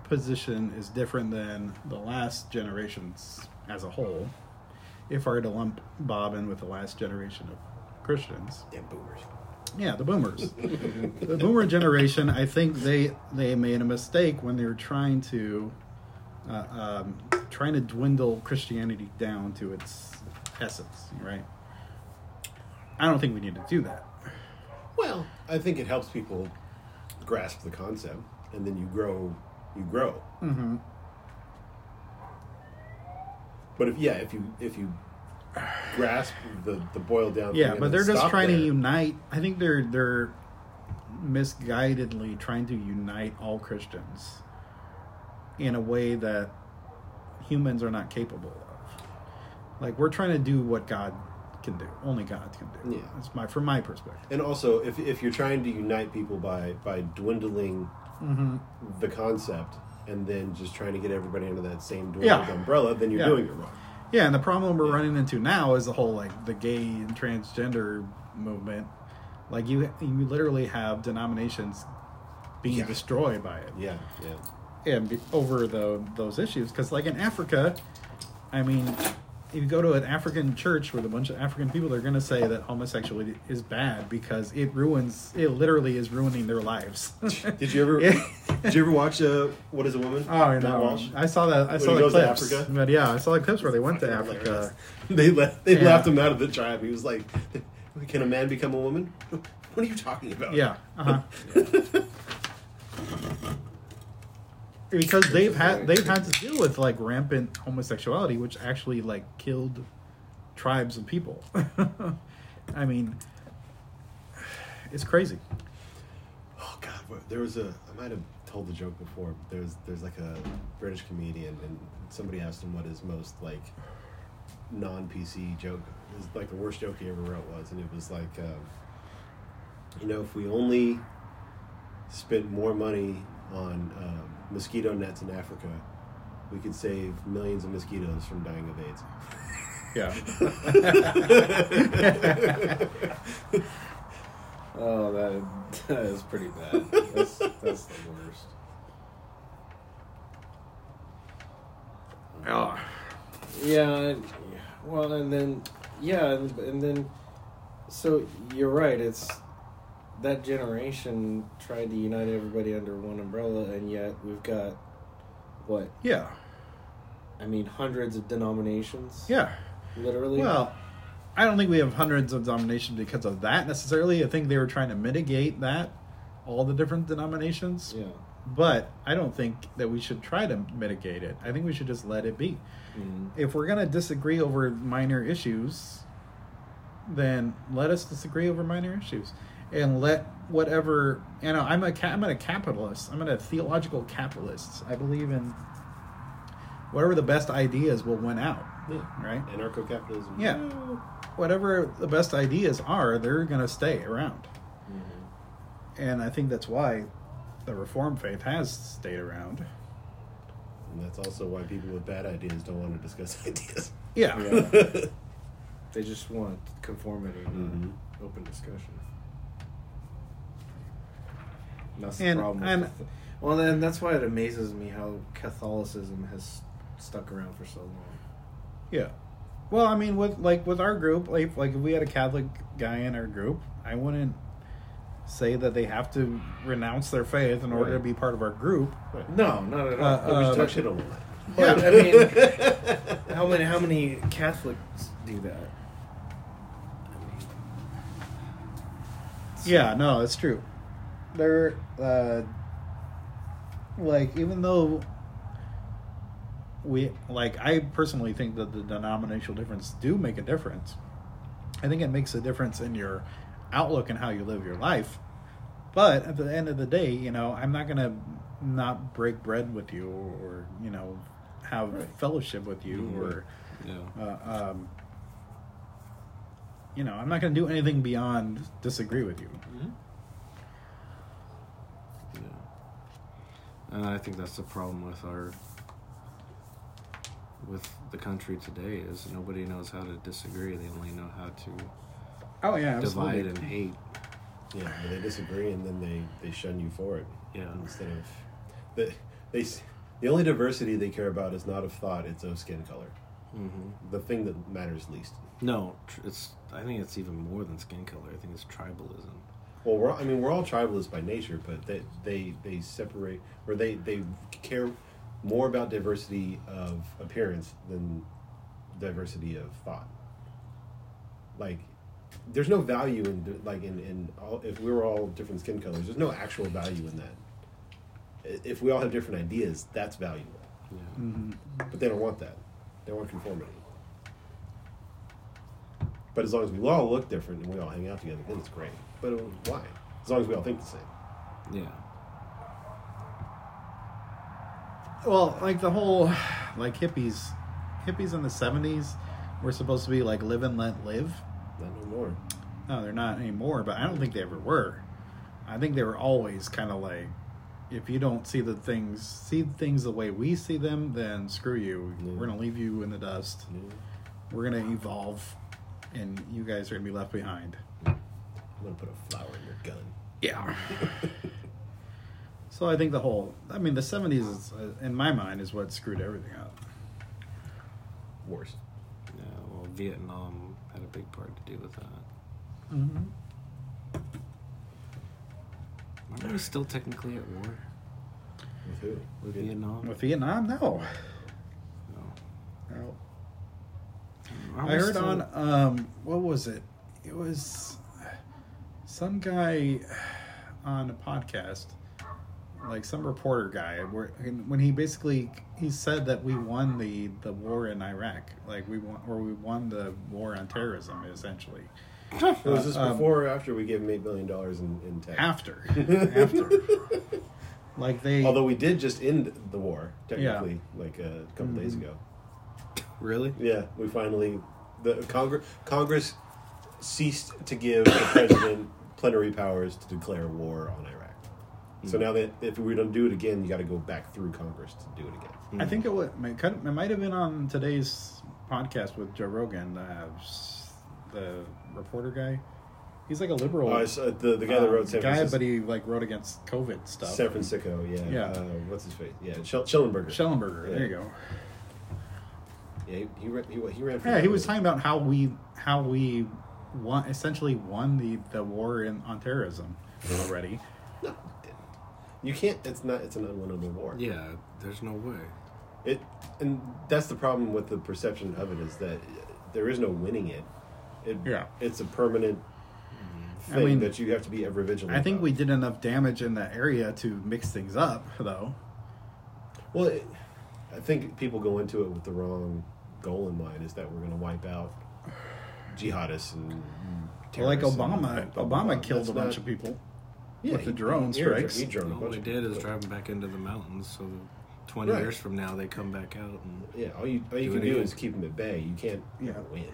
A: position is different than the last generations as a whole. If I were to lump Bob in with the last generation of Christians,
B: Damn boomers.
A: yeah, the boomers. the boomer generation, I think they they made a mistake when they were trying to uh, um, trying to dwindle Christianity down to its essence, right? I don't think we need to do that.
B: Well, I think it helps people grasp the concept, and then you grow, you grow.
A: Mm-hmm.
B: But if yeah, if you if you grasp the the boil down,
A: Yeah,
B: thing and
A: but
B: then
A: they're just
B: stop
A: trying to
B: there,
A: unite. I think they're they're misguidedly trying to unite all Christians in a way that humans are not capable of. Like we're trying to do what God can do, only God can do.
B: Yeah.
A: that's my from my perspective.
B: And also, if if you're trying to unite people by by dwindling
A: Mm-hmm.
B: the concept and then just trying to get everybody under that same dwindled
A: Yeah.
B: umbrella, then you're
A: Yeah.
B: doing it wrong.
A: Yeah, and the problem we're running into now is the whole like the gay and transgender movement. Like you, you literally have denominations being
B: Yeah.
A: destroyed by it.
B: Yeah, yeah.
A: and be, over the those issues because like in africa i mean if you go to an african church with a bunch of african people they're going to say that homosexuality is bad because it ruins it literally is ruining their lives
B: Did you ever
A: Yeah.
B: did you ever watch uh, What Is a Woman?
A: Oh
B: Matt
A: no!
B: Walsh?
A: I saw that. I
B: When
A: saw
B: he
A: the
B: goes to
A: clips.
B: Africa?
A: But yeah, I saw the clips where they went to
B: Fucking
A: Africa.
B: hilarious. They left. They
A: Yeah.
B: laughed him out of the tribe. He was like, "Can a man become a woman? What are you talking about?"
A: Yeah, uh-huh. because they've had they've had to deal with like rampant homosexuality, which actually like killed tribes and people. I mean, it's crazy.
B: Oh God, what- there was a. I might have told the joke before. but There's there's like a British comedian, and somebody asked him what his most like non PC joke, his like the worst joke he ever wrote was, and it was like, um, you know, if we only spent more money on um, mosquito nets in Africa, we could save millions of mosquitoes from dying of AIDS.
A: Yeah,
C: Oh, that, that is pretty bad. That's, that's the worst.
A: Uh,
C: Yeah, and- well, and then yeah, and, and then so you're right. It's that generation tried to unite everybody under one umbrella, and yet we've got what
A: yeah,
C: I mean, hundreds of denominations.
A: yeah.
C: literally.
A: Well, I don't think we have hundreds of denominations because of that necessarily. I think they were trying to mitigate that, all the different denominations.
C: yeah.
A: But I don't think that we should try to mitigate it. I think we should just let it be.
C: Mhm.
A: If we're going to disagree over minor issues, then let us disagree over minor issues and let whatever you know i'm a ca- i'm a capitalist i'm a theological capitalist i believe in whatever the best ideas will win out
B: Yeah.
A: right
B: Anarcho capitalism.
A: Yeah. whatever the best ideas are they're going to stay around
C: Mhm.
A: and i think that's why the reformed faith has stayed around
B: And that's also why people with bad ideas don't want to discuss ideas.
A: yeah,
C: Yeah. They just want conformity, not
B: Mhm.
E: Mm-hmm.
C: open discussion. That's
A: And-
C: the problem.
A: and-
C: with the- well, then that's why it amazes me how Catholicism has stuck around for so long.
A: Yeah. Well, I mean, with like with our group, like like if we had a Catholic guy in our group, I wouldn't say that they have to renounce their faith in order to
C: Right.
A: be part of our group.
C: No, not at all.
A: Uh, uh,
B: Talk shit on the line.
C: but,
A: yeah.
C: I mean, how many how many Catholics do that?
A: Yeah, no, it's true. They're uh, like even though we like I personally think that the denominational difference do make a difference. I think it makes a difference in your outlook and how you live your life. But at the end of the day, you know, I'm not gonna not break bread with you or you know have fellowship with you
E: Mm-hmm.
B: Mhm.
A: or
B: Yeah.
A: uh, um, you know I'm not gonna do anything beyond disagree with you.
E: Yeah. And I think that's the problem with our with the country today is nobody knows how to disagree. They only know how to
A: Oh yeah, absolutely.
E: divide and hate.
B: Yeah, but they disagree and then they, they shun you for it.
E: Yeah.
B: Instead of the they s- the only diversity they care about is not of thought; it's of skin color.
E: hmm
B: The thing that matters least.
E: No, tr- it's. I think it's even more than skin color. I think it's tribalism.
B: Well, we're all- I mean we're all tribalists by nature, but they they, they separate or they they care more about diversity of appearance than diversity of thought. Like. There's no value in like in, in all, if we were all different skin colors. There's no actual value in that. I- If we all have different ideas, that's valuable.
E: Yeah.
A: Mhm.
B: But they don't want that. They want conformity. But as long as we all look different and we all hang out together, then it's great. But why? As long as we all think the same.
E: Yeah.
A: Well, like the whole like hippies, hippies in the '70s were supposed to be like live and let live.
B: Not no more.
A: No, they're not anymore, but I don't think they ever were. I think they were always kind of like, if you don't see the things, see things the way we see them, then screw you.
B: Yeah.
A: We're gonna leave you in the dust.
B: You know?
A: We're gonna evolve, and you guys are gonna be left behind.
B: I'm gonna put a flower in your gun.
A: Yeah. so I think the whole, I mean, the '70s, is, uh, in my mind, is what screwed everything up.
B: Worse.
E: Yeah. Well, Vietnam had a big part to do with that.
A: Mm-hmm.
E: Aren't we still technically at war
B: With who?
E: with
B: Yeah.
E: Vietnam?
A: Um, With Vietnam, no.
E: no.
A: no.
E: Aren't
A: I
E: we
A: heard
E: still-
A: on um what was it? It was some guy on a podcast, like some reporter guy, where when he basically he said that we won the the war in Iraq, like we won or we won the war on terrorism essentially.
B: was this
A: Um,
B: before or after we gave him eight billion dollars in, in tax?
A: After, after, like they
B: Although we did just end the war, technically, like uh, a couple days
A: Mm-hmm.
B: ago.
E: Really?
B: Yeah, we finally the Congress Congress ceased to give the president plenary powers to declare war on Iraq. So
A: Mm.
B: now that if we don't do it again, you got to go back through Congress to do it again.
A: I think it was. It could- it might have been on today's podcast with Joe Rogan, uh, s- the reporter guy. He's like a liberal. um,
B: Oh, I saw the the guy that wrote San
A: Uh, guy,
B: Francisco,
A: but he like wrote against COVID stuff.
B: San Francisco, yeah,
A: Yeah.
B: Uh, what's his face? Yeah, Schell- Schellenberger.
A: Schellenberger.
B: Yeah.
A: There you go.
B: yeah, he, he, ran, he, he ran. For
A: Yeah, he was talking about how we how we won essentially won the the war in, on terrorism already.
B: No, he didn't. you can't. It's not. It's an unwinnable war.
E: Yeah. There's no way.
B: It and that's the problem with the perception of it is that there is no winning it. it
A: Yeah. Mm-hmm.
B: it's a permanent
A: I
B: thing
A: mean,
B: that you have to be ever vigilant.
A: I think
B: about.
A: we did enough damage in that area to mix things up, though.
B: Well, it, I think people go into it with the wrong goal in mind. Is that we're going to wipe out jihadists and
A: like
B: terrorists and
A: Obama,
B: blah, blah,
A: Obama
B: blah.
A: killed
B: That's
A: a bunch
B: not-
A: of people.
B: yeah,
A: with the drone
B: he, he air-
A: strikes.
B: He drone a
E: All
B: bunch
E: they
B: of
E: did is
B: people.
E: drive them back into the mountains, so that 20
B: Right.
E: years from now they come back out and
B: Yeah, all you all you
E: Do
B: can
E: it
B: do
E: again.
B: is keep them at bay. You can't
A: Yeah.
B: win.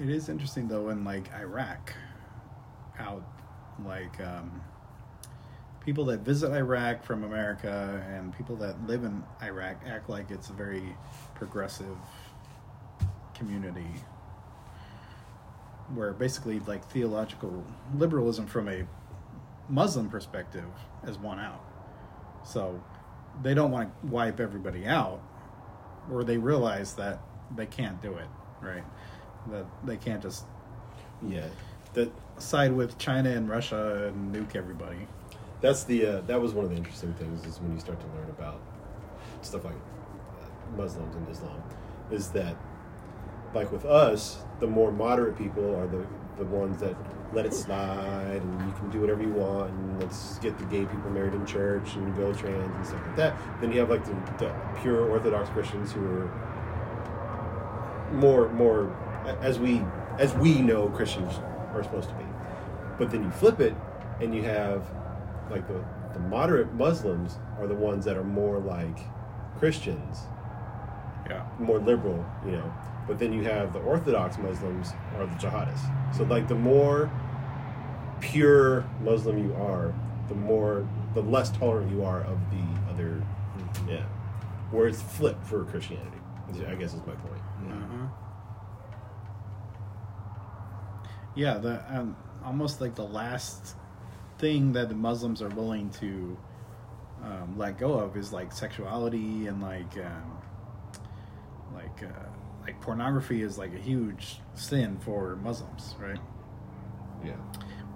A: It is interesting though in like Iraq, how like um, people that visit Iraq from America and people that live in Iraq act like it's a very progressive community where basically like theological liberalism from a Muslim perspective is won out. So they don't want to wipe everybody out or they realize that they can't do it, right? That they can't just
B: Yeah, that
A: side with China and Russia and nuke everybody.
B: that's the uh, that was one of the interesting things is when you start to learn about stuff like uh, Muslims and Islam, is that like with us, the more moderate people are the the ones that let it slide and you can do whatever you want and let's get the gay people married in church and go trans and stuff like that. Then you have like the, the pure Orthodox Christians who are more more as we as we know Christians are supposed to be. But then you flip it, and you have like the, the moderate Muslims are the ones that are more like Christians,
A: Yeah.
B: more liberal, you know. But then you have the Orthodox Muslims are the jihadists. So like the more pure Muslim you are, the more the less tolerant you are of the other. Yeah, where it's flipped for Christianity. is- I guess is my point.
A: Mhm. Yeah, the um, almost like the last thing that the Muslims are willing to um, let go of is like sexuality and like um, like uh, like pornography is like a huge sin for Muslims, right?
B: Yeah,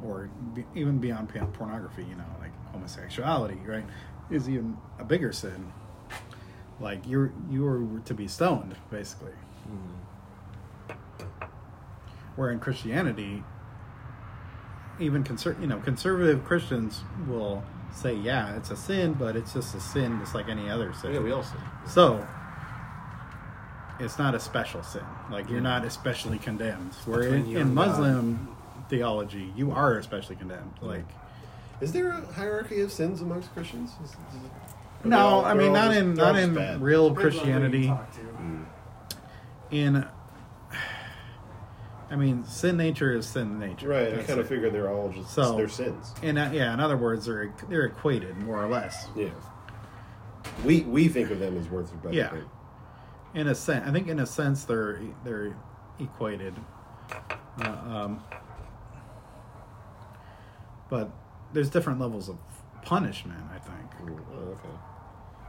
A: Or be, even beyond pa- pornography, you know, like homosexuality, right, is even a bigger sin. Like you're you are to be stoned, basically. where in Christianity, even conser- you know conservative Christians will say, yeah, it's a sin, but it's just a sin, just like any other sin.
B: yeah, we also.
A: So it's not a special sin. Like you're not especially condemned. Where
E: Between
A: in,
E: you
A: in
E: and God. Mm.
A: Muslim theology, you are especially condemned. Like
B: Is there a hierarchy of sins amongst Christians? Is- is- are they
A: no,
B: all-
A: I
B: they're
A: mean
B: all
A: not
B: just-
A: in
B: they're all
A: not
B: just
A: in
B: bad?
A: real
F: Depends on who you
A: Christianity. Mm.
F: talk to.
A: In I mean, sin nature is sin nature.
B: Right, I
A: That's
B: kind
A: it.
B: of figure they're all just
A: So-
B: their sins.
A: And uh, yeah, in other words, they're they're equated more or less.
B: Yeah. We we think of them as worth of
A: Yeah. In a sense, I think in a sense they're e, they're equated. Uh, um, but there's different levels of punishment. I
B: Oh,
A: think.
B: okay.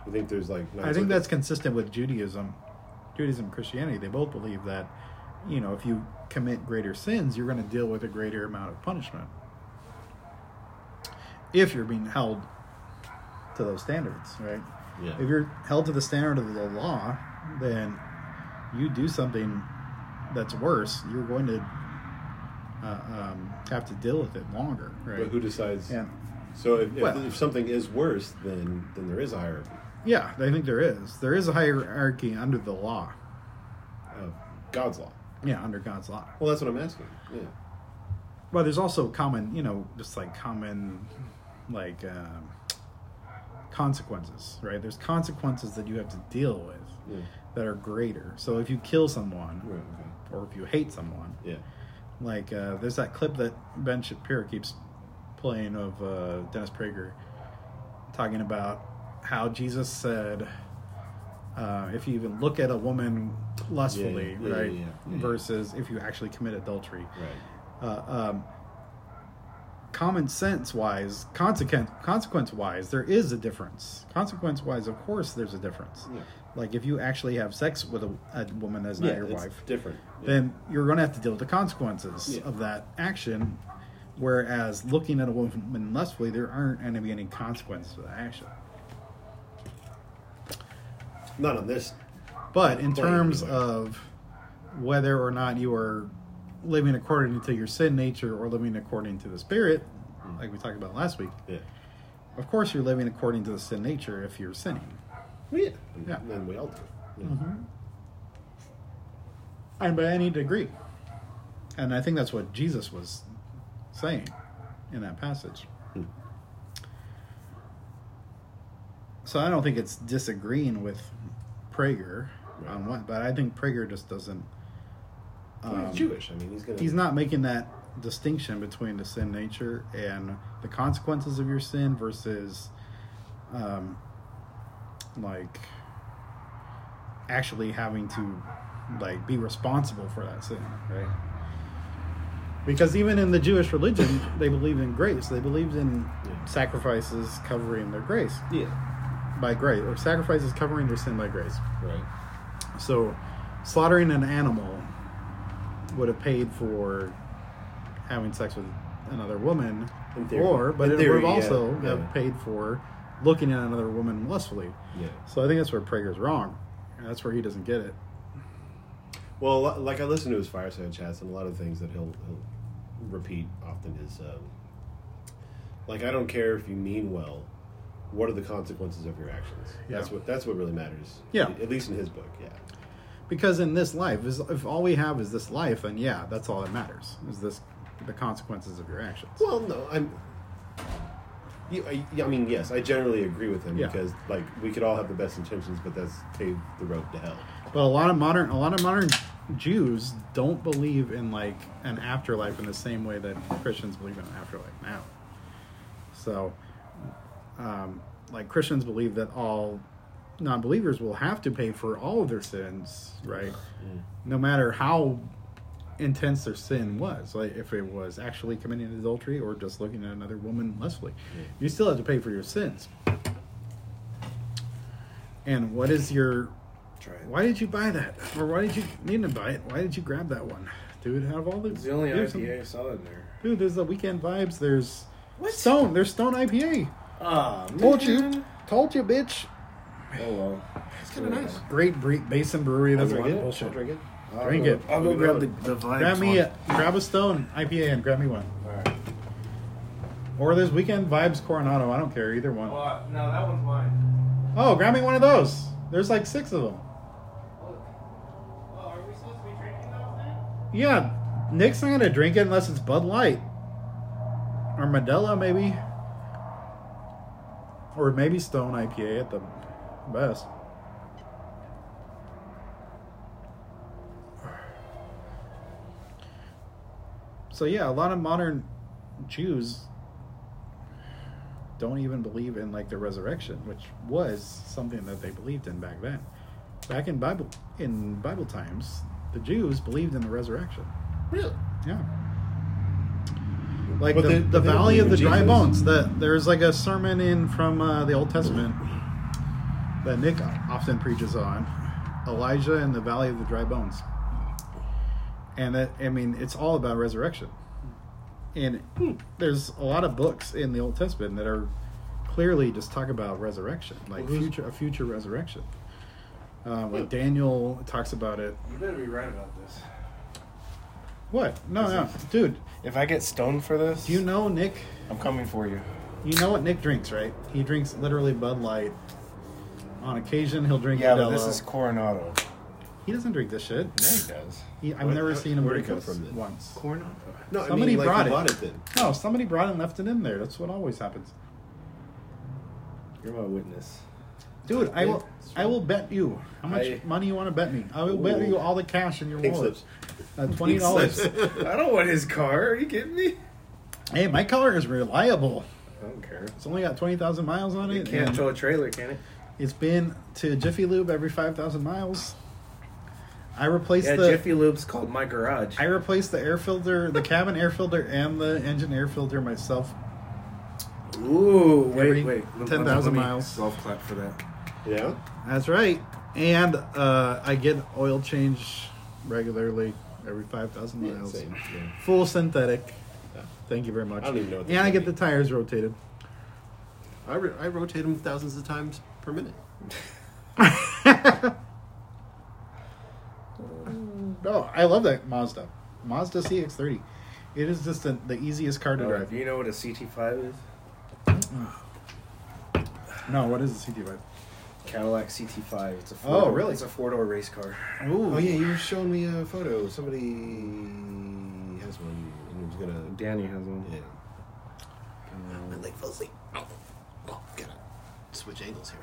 B: You think there's like
A: I think that's consistent with Judaism, Judaism, and Christianity. They both believe that, you know, if you commit greater sins, you're going to deal with a greater amount of punishment. If you're being held to those standards, right?
B: yeah.
A: if you're held to the standard of the law, then you do something that's worse, you're going to uh, um, have to deal with it longer, right?
B: But who decides?
A: yeah,
B: So if, if,
A: Well-
B: if something is worse, then then there is a hierarchy.
A: yeah, I think there is. There is a hierarchy under the law.
B: of uh, God's law.
A: Yeah, under God's law.
B: Well, that's what I'm asking. Yeah.
A: Well, there's also common, you know, just like common, like um, consequences, right? There's consequences that you have to deal with
B: Yeah.
A: that are greater. So if you kill someone,
B: Right, okay.
A: or if you hate someone,
B: Yeah.
A: like uh, there's that clip that Ben Shapiro keeps playing of uh, Dennis Prager talking about how Jesus said, uh, if you even look at a woman lustfully,
B: Yeah, yeah, yeah,
A: right,
B: yeah, yeah, yeah.
A: versus if you actually commit adultery.
B: Right.
A: Uh, um, common sense wise, consequence consequence wise, there is a difference. Consequence wise, of course, there's a difference.
B: Yeah.
A: Like if you actually have sex with a, a woman that's not
B: yeah.
A: your
B: it's
A: wife,
B: different. Yeah.
A: then you're going to have to deal with the consequences
B: Yeah.
A: of that action. Whereas looking at a woman lustfully, there aren't going to be any consequences for that action.
B: not on this.
A: But in
B: Plain
A: terms
B: anyway.
A: of whether or not you are living according to your sin nature or living according to the spirit, like we talked about last week,
B: Yeah.
A: of course you're living according to the sin nature if you're sinning.
B: Well, yeah.
A: Yeah. Mm-hmm.
B: And then we all do. Yeah.
A: And by any degree. And I think that's what Jesus was saying in that passage.
B: Hmm.
A: So I don't think it's disagreeing with Prager
B: Right.
A: on what, but I think Prager just doesn't.
B: Well,
A: um,
B: he's Jewish. I mean, he's gonna.
A: he's not making that distinction between the sin nature and the consequences of your sin versus um, like actually having to like be responsible for that sin right because even in the jewish religion they believe in grace they believed in
B: Yeah.
A: sacrifices covering their grace
B: Yeah.
A: by grace or sacrifices covering their sin by grace
B: Right.
A: so, slaughtering an animal would have paid for having sex with another woman,
B: In theory.
A: or but
B: In
A: it
B: theory,
A: would have also
B: yeah,
A: have
B: yeah.
A: paid for looking at another woman lustfully.
B: Yeah.
A: So I think that's where Prager's wrong. And that's where he doesn't get it.
B: Well, li- like I listen to his fireside chats, and a lot of things that he'll, he'll repeat often is um, like, I don't care if you mean well. What are the consequences of your actions? That's
A: Yeah.
B: what that's what really matters.
A: Yeah.
B: At least in his book. Yeah.
A: Because in this life, is if all we have is this life, then yeah, that's all that matters. Is this the consequences of your actions?
B: Well, no, I'm. You, I, yeah, I mean, yes, I generally agree with him
A: Yeah.
B: because, like, we could all have the best intentions, but that's paved the road to hell.
A: But a lot of modern a lot of modern Jews don't believe in like an afterlife in the same way that Christians believe in an afterlife now. So, um, like Christians believe that all non-believers will have to pay for all of their sins, right? No matter how intense their sin was, like if it was actually committing adultery or just looking at another woman lustfully, you still have to pay for your sins. And what is your
C: Try it.
A: why did you buy that? Or why did you need to buy it? Why did you grab that one? Dude, out of all the
C: It's the only
A: there's some-
C: IPA I saw in there.
A: Dude, there's the weekend vibes, there's Stone, there's Stone IPA.
C: Ah,
A: Told you. Told you, bitch.
C: Oh well.
A: It's kinda nice. Great Bre- Basin Brewery, that's one bullshit.
B: Drink it.
C: I'll
A: Drink
C: go-
A: it.
C: I'll go grab the.
E: The vibes.
A: Grab me
E: one.
A: a, grab a stone IPA and grab me one.
C: Alright.
A: Or there's weekend vibes Coronado. I don't care either one.
F: Well, no, that one's mine.
A: Oh, grab me one of those. There's like six of them.
F: Well, Oh, are we supposed to be drinking those then?
A: Yeah, Nick's not gonna drink it unless it's Bud Light or Modelo, maybe, or maybe Stone IPA at the best. So yeah, a lot of modern Jews don't even believe in like the resurrection, which was something that they believed in back then. Back in Bible in Bible times, the Jews believed in the resurrection.
B: Really?
A: Yeah. Like
B: But
A: the,
B: they-
A: the
B: they don't
A: Valley of the
B: believe in
A: Dry
B: Jesus.
A: Bones. That there's like a sermon in from uh, the Old Testament that Nick often preaches on, Elijah and the Valley of the Dry Bones. And that I mean, it's all about resurrection. And there's a lot of books in the Old Testament that are clearly just talk about resurrection, like
B: who's-
A: future a future resurrection. Um, like Daniel talks about it.
C: You better be right about this.
A: What? No, no, dude.
C: If I get stoned for this,
A: Do you know Nick?
C: I'm coming for you.
A: You know what Nick drinks, right? He drinks literally Bud Light. On occasion, he'll drink.
C: Yeah, but this
A: Modelo.
C: is Coronado.
A: He doesn't drink this shit.
C: Yeah, he does.
A: He, I've
B: Where-
A: never
B: where-
A: seen him
B: where'd
A: drink
B: it come
A: this
B: from then?
A: once.
E: Corn.
B: No, I
A: Somebody
B: mean, like,
A: brought
B: who
A: it.
B: bought it then.
A: No, somebody brought it and left it in there. That's what always happens.
C: You're my witness.
A: Dude, I will. I will bet you. How much
C: I-
A: money you want to bet me? I will bet
C: Ooh.
A: you all the cash in your
B: Pink
A: wallet.
B: slips.
A: Uh, Twenty dollars.
C: I don't want his car. Are you kidding me?
A: hey, my car is reliable.
C: I don't care.
A: It's only got twenty thousand miles on it.
C: It can't
A: and
C: tow a trailer, can it?
A: It's been to Jiffy Lube every five thousand miles. I replaced
C: yeah,
A: the
C: Jiffy Lube's called my garage.
A: I replaced the air filter, the cabin air filter, and the engine air filter myself.
C: Ooh, wait,
A: Every
C: wait. Let-
A: 10,000
C: let me
A: miles.
C: Golf clap for that.
B: Yeah.
A: That's right. And uh, I get oil change regularly, every five thousand
B: yeah
A: miles.
B: same. Yeah.
A: Full synthetic.
B: Yeah.
A: Thank you very much.
B: I don't even know what
A: and
B: that
A: I get the
B: means.
A: tires rotated.
B: I, ro- I rotate them thousands of times per minute.
A: No, Oh, I love that Mazda. Mazda CX-30. It is just the the easiest car
B: Oh,
A: to
C: All right,
A: drive.
C: do you know what a CT5 is?
A: No, what is the CT5?
C: Cadillac CT5. It's a
A: Oh,
C: four.
A: really?
C: It's a four-door race car.
A: Ooh,
B: Oh yeah, you were showing me a photo. Somebody has one and was gonna.
C: Danny has one.
B: Yeah. My leg fell asleep. Oh, gotta switch angles here.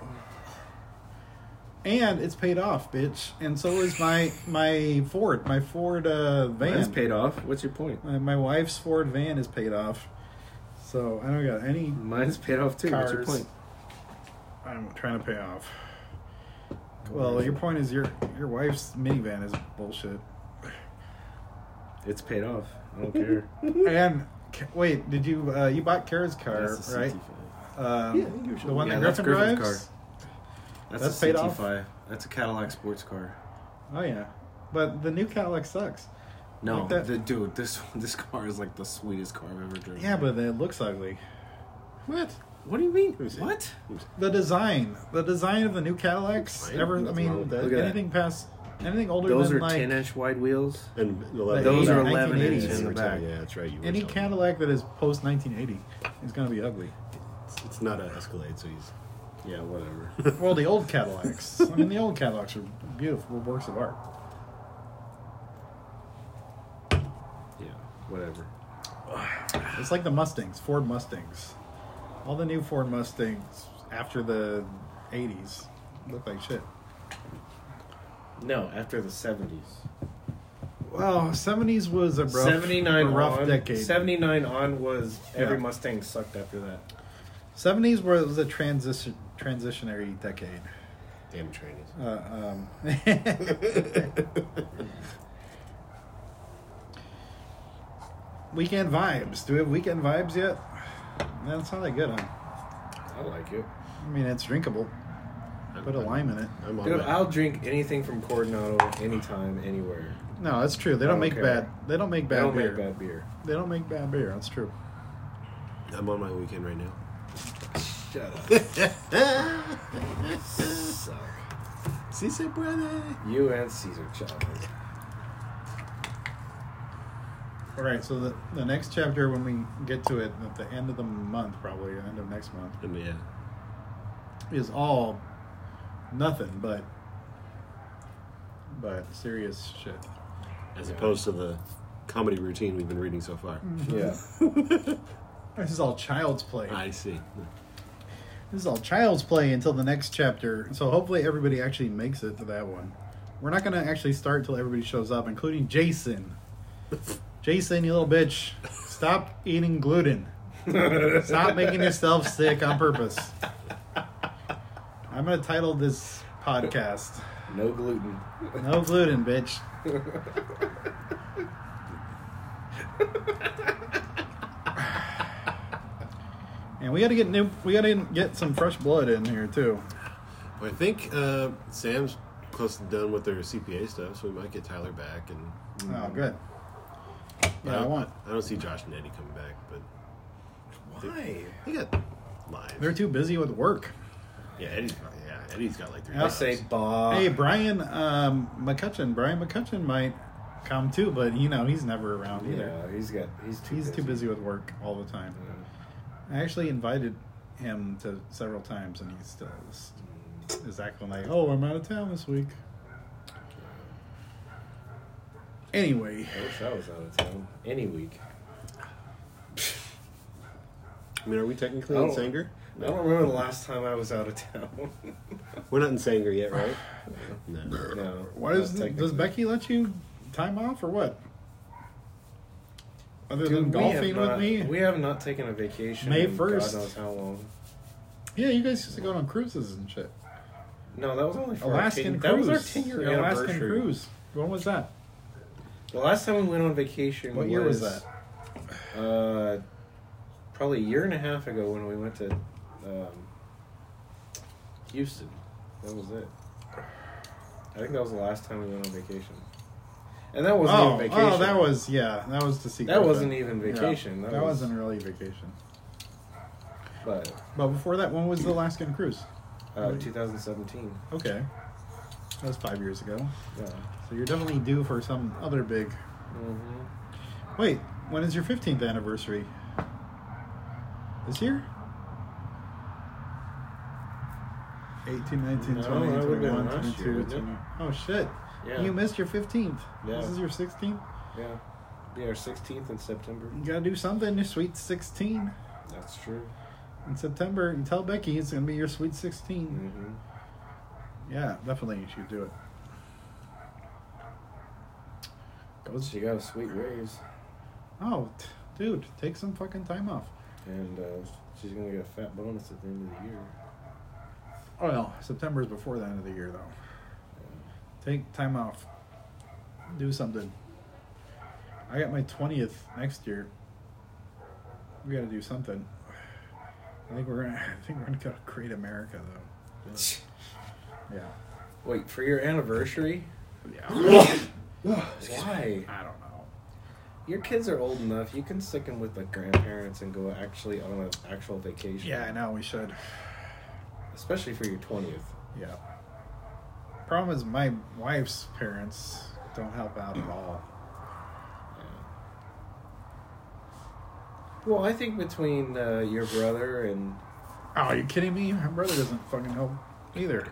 A: and it's paid off, bitch. And so is my my Ford, my Ford uh, van.
C: Mine's paid off. What's your point?
A: My, my wife's Ford van is paid off, so I don't got any.
C: Mine's paid off too. What's your
A: Cars.
C: point?
A: I'm trying to pay off. Well, your point is your your wife's minivan is bullshit.
C: It's paid off. I don't care.
A: And K- wait, did you uh, you bought Kara's car
C: That's a
A: right?
C: CT5.
A: Um,
B: Yeah, I think you
A: the one
C: Yeah,
A: that
C: that's
A: Griffin
C: Griffin's
A: drives.
C: car. That's,
A: That's
C: a
A: paid off?
C: CT5. That's a Cadillac sports car.
A: Oh yeah, but the new Cadillac sucks.
C: No,
A: Like that-
C: the, dude, this this car is like the sweetest car I've ever driven.
A: Yeah, but it looks ugly. What?
C: what do you mean?
B: Who's it?
C: What?
A: The design, the design of the new Cadillacs.
B: Fine,
A: Ever? I
B: nothing wrong
A: mean,
B: with
A: the,
B: that.
C: Look at that.
A: anything past anything older
C: Those
A: than
C: are
A: like
C: 10 inch wide wheels.
B: And
A: Like,
B: 11.
C: Those
A: yeah,
C: are 11
A: 1980s.
C: inch in the back.
B: Yeah, that's right. You were
A: any
B: telling me.
A: Cadillac that is post 1980 is going to be ugly.
B: It's not an Escalade, so he's
C: Yeah, whatever.
A: Well, the old Cadillacs. I mean, the old Cadillacs are beautiful works of art.
C: yeah, whatever.
A: It's like the Mustangs, Ford Mustangs. All the new Ford Mustangs after the 80s look like shit.
C: No, after the 70s.
A: Well, 70s was a rough,
C: 79
A: a rough
C: on,
A: decade.
C: 79 on was every
A: Yeah.
C: Mustang sucked after that.
A: 70s were, was a transition transitionary decade.
B: Damn trainers.
A: Uh, um, weekend vibes. Do we have weekend vibes yet? That's not that good. Huh?
C: I like it.
A: I mean, it's drinkable. Put a lime in it.
B: I'm on
C: Dude,
B: that.
C: I'll drink anything from Coronado anytime, anywhere.
A: No, that's true. They don't
C: I don't
A: make
C: care.
A: bad. They don't make
C: They
A: bad
C: don't
A: beer.
C: make bad beer.
A: They don't make bad beer. That's true.
B: I'm on my weekend right now.
C: Shut up. Suck.
A: Si se puede.
C: You and Caesar Chavez.
A: All right. So the, the next chapter, when we get to it at the end of the month, probably end of next month,
B: And yeah,
A: is all nothing but but serious shit.
B: as opposed to the comedy routine we've been reading so far.
C: Yeah.
A: Mm-hmm. This is all child's play.
B: I see.
A: This is all child's play until the next chapter. So hopefully everybody actually makes it to that one. We're not gonna actually start till everybody shows up, including Jason. Jason, you little bitch, stop eating gluten. Stop making yourself sick on purpose. I'm gonna title this podcast
C: No gluten.
A: "No Gluten, Bitch." And we gotta get new. We gotta get some fresh blood in here too.
B: I think uh, Sam's close to done with their CPA stuff, so we might get Tyler back. And
A: Oh, good. Yeah, I
B: don't-
A: want.
B: I don't see Josh and Eddie coming back, but
C: Why?
B: they got lives.
A: They're too busy with work.
B: yeah, Eddie's got, yeah, Eddie's got like three.
A: I'll
C: I
B: jobs.
C: say bah.
A: Hey, Brian um, McCutcheon. Brian McCutcheon might come too, but you know he's never around either.
C: yeah, he's got. He's too.
A: he's
C: busy.
A: too busy with work all the time.
C: Yeah.
A: I actually invited him to several times, and he still is,
C: Mm.
A: is acting like, "Oh, I'm out of town this week." Anyway,
C: I wish I was out of town any week.
B: I mean, are we technically
C: I
B: in
C: don't-
B: Sanger?
C: Oh. I don't remember the last time I was out of town.
B: We're not in Sanger yet, right? no.
C: no.
A: why does does
C: not technically.
A: Becky let you time off or what? Other
C: Dude,
A: than
C: we have
A: golfing
C: not-
A: with me,
C: We have not taken a vacation.
A: May
C: in
A: 1st.
C: God knows how long.
A: yeah, you guys used to go on cruises and shit.
C: No, that was only for
A: Alaskan cruise.
C: our 10, That was our 10 year
A: The Alaskan
C: anniversary.
A: cruise. When was that?
C: The last time we went on vacation.
A: What year was that?
C: Uh, probably a year and a half ago when we went to um, Houston. That was it. I think that was the last time we went on vacation. And that wasn't
A: oh,
C: even vacation.
A: oh, that was yeah, that was to see.
C: That wasn't even vacation.
A: that
C: That was-
A: wasn't really vacation.
C: But
A: But before that, when was the Alaskan cruise?
C: uh, 2017.
A: Okay, that was five years ago.
C: Yeah.
A: So you're definitely due for some other big.
C: hmm
A: Wait, when is your 15th anniversary? This year? 18, 19,
C: No,
A: 20,
C: that would've been
A: 21,
C: last
A: 22,
C: year, wouldn't it?
A: 20. Oh shit!
C: Yeah.
A: You missed your 15th.
C: Yeah.
A: This is your 16th.
C: Yeah. Be our 16th in September.
A: You gotta do something. Your sweet 16
C: That's true.
A: in September. You tell Becky it's gonna be your sweet 16.
C: hmm
A: Yeah, definitely you should do it. Goes-
C: She got a sweet raise,
A: Oh, t- dude, take some fucking time off.
C: and uh, she's gonna get a fat bonus at the end of the year.
A: Oh well, September's before the end of the year though.
C: Uh,
A: Take time off. Do something. I got my twentieth next year. We gotta do something. I think we're gonna I think we're gonna go to Create America though. Yeah.
C: Wait for your anniversary? Why?
A: I don't know.
C: Your kids are old enough. You can stick them with the grandparents and go actually on an actual vacation.
A: Yeah, I know we should.
C: Especially for your twentieth.
A: Yeah. Problem is my wife's parents don't help out at all.
C: Well, I think between uh, your brother and
A: Oh, are you kidding me? My brother doesn't fucking help either.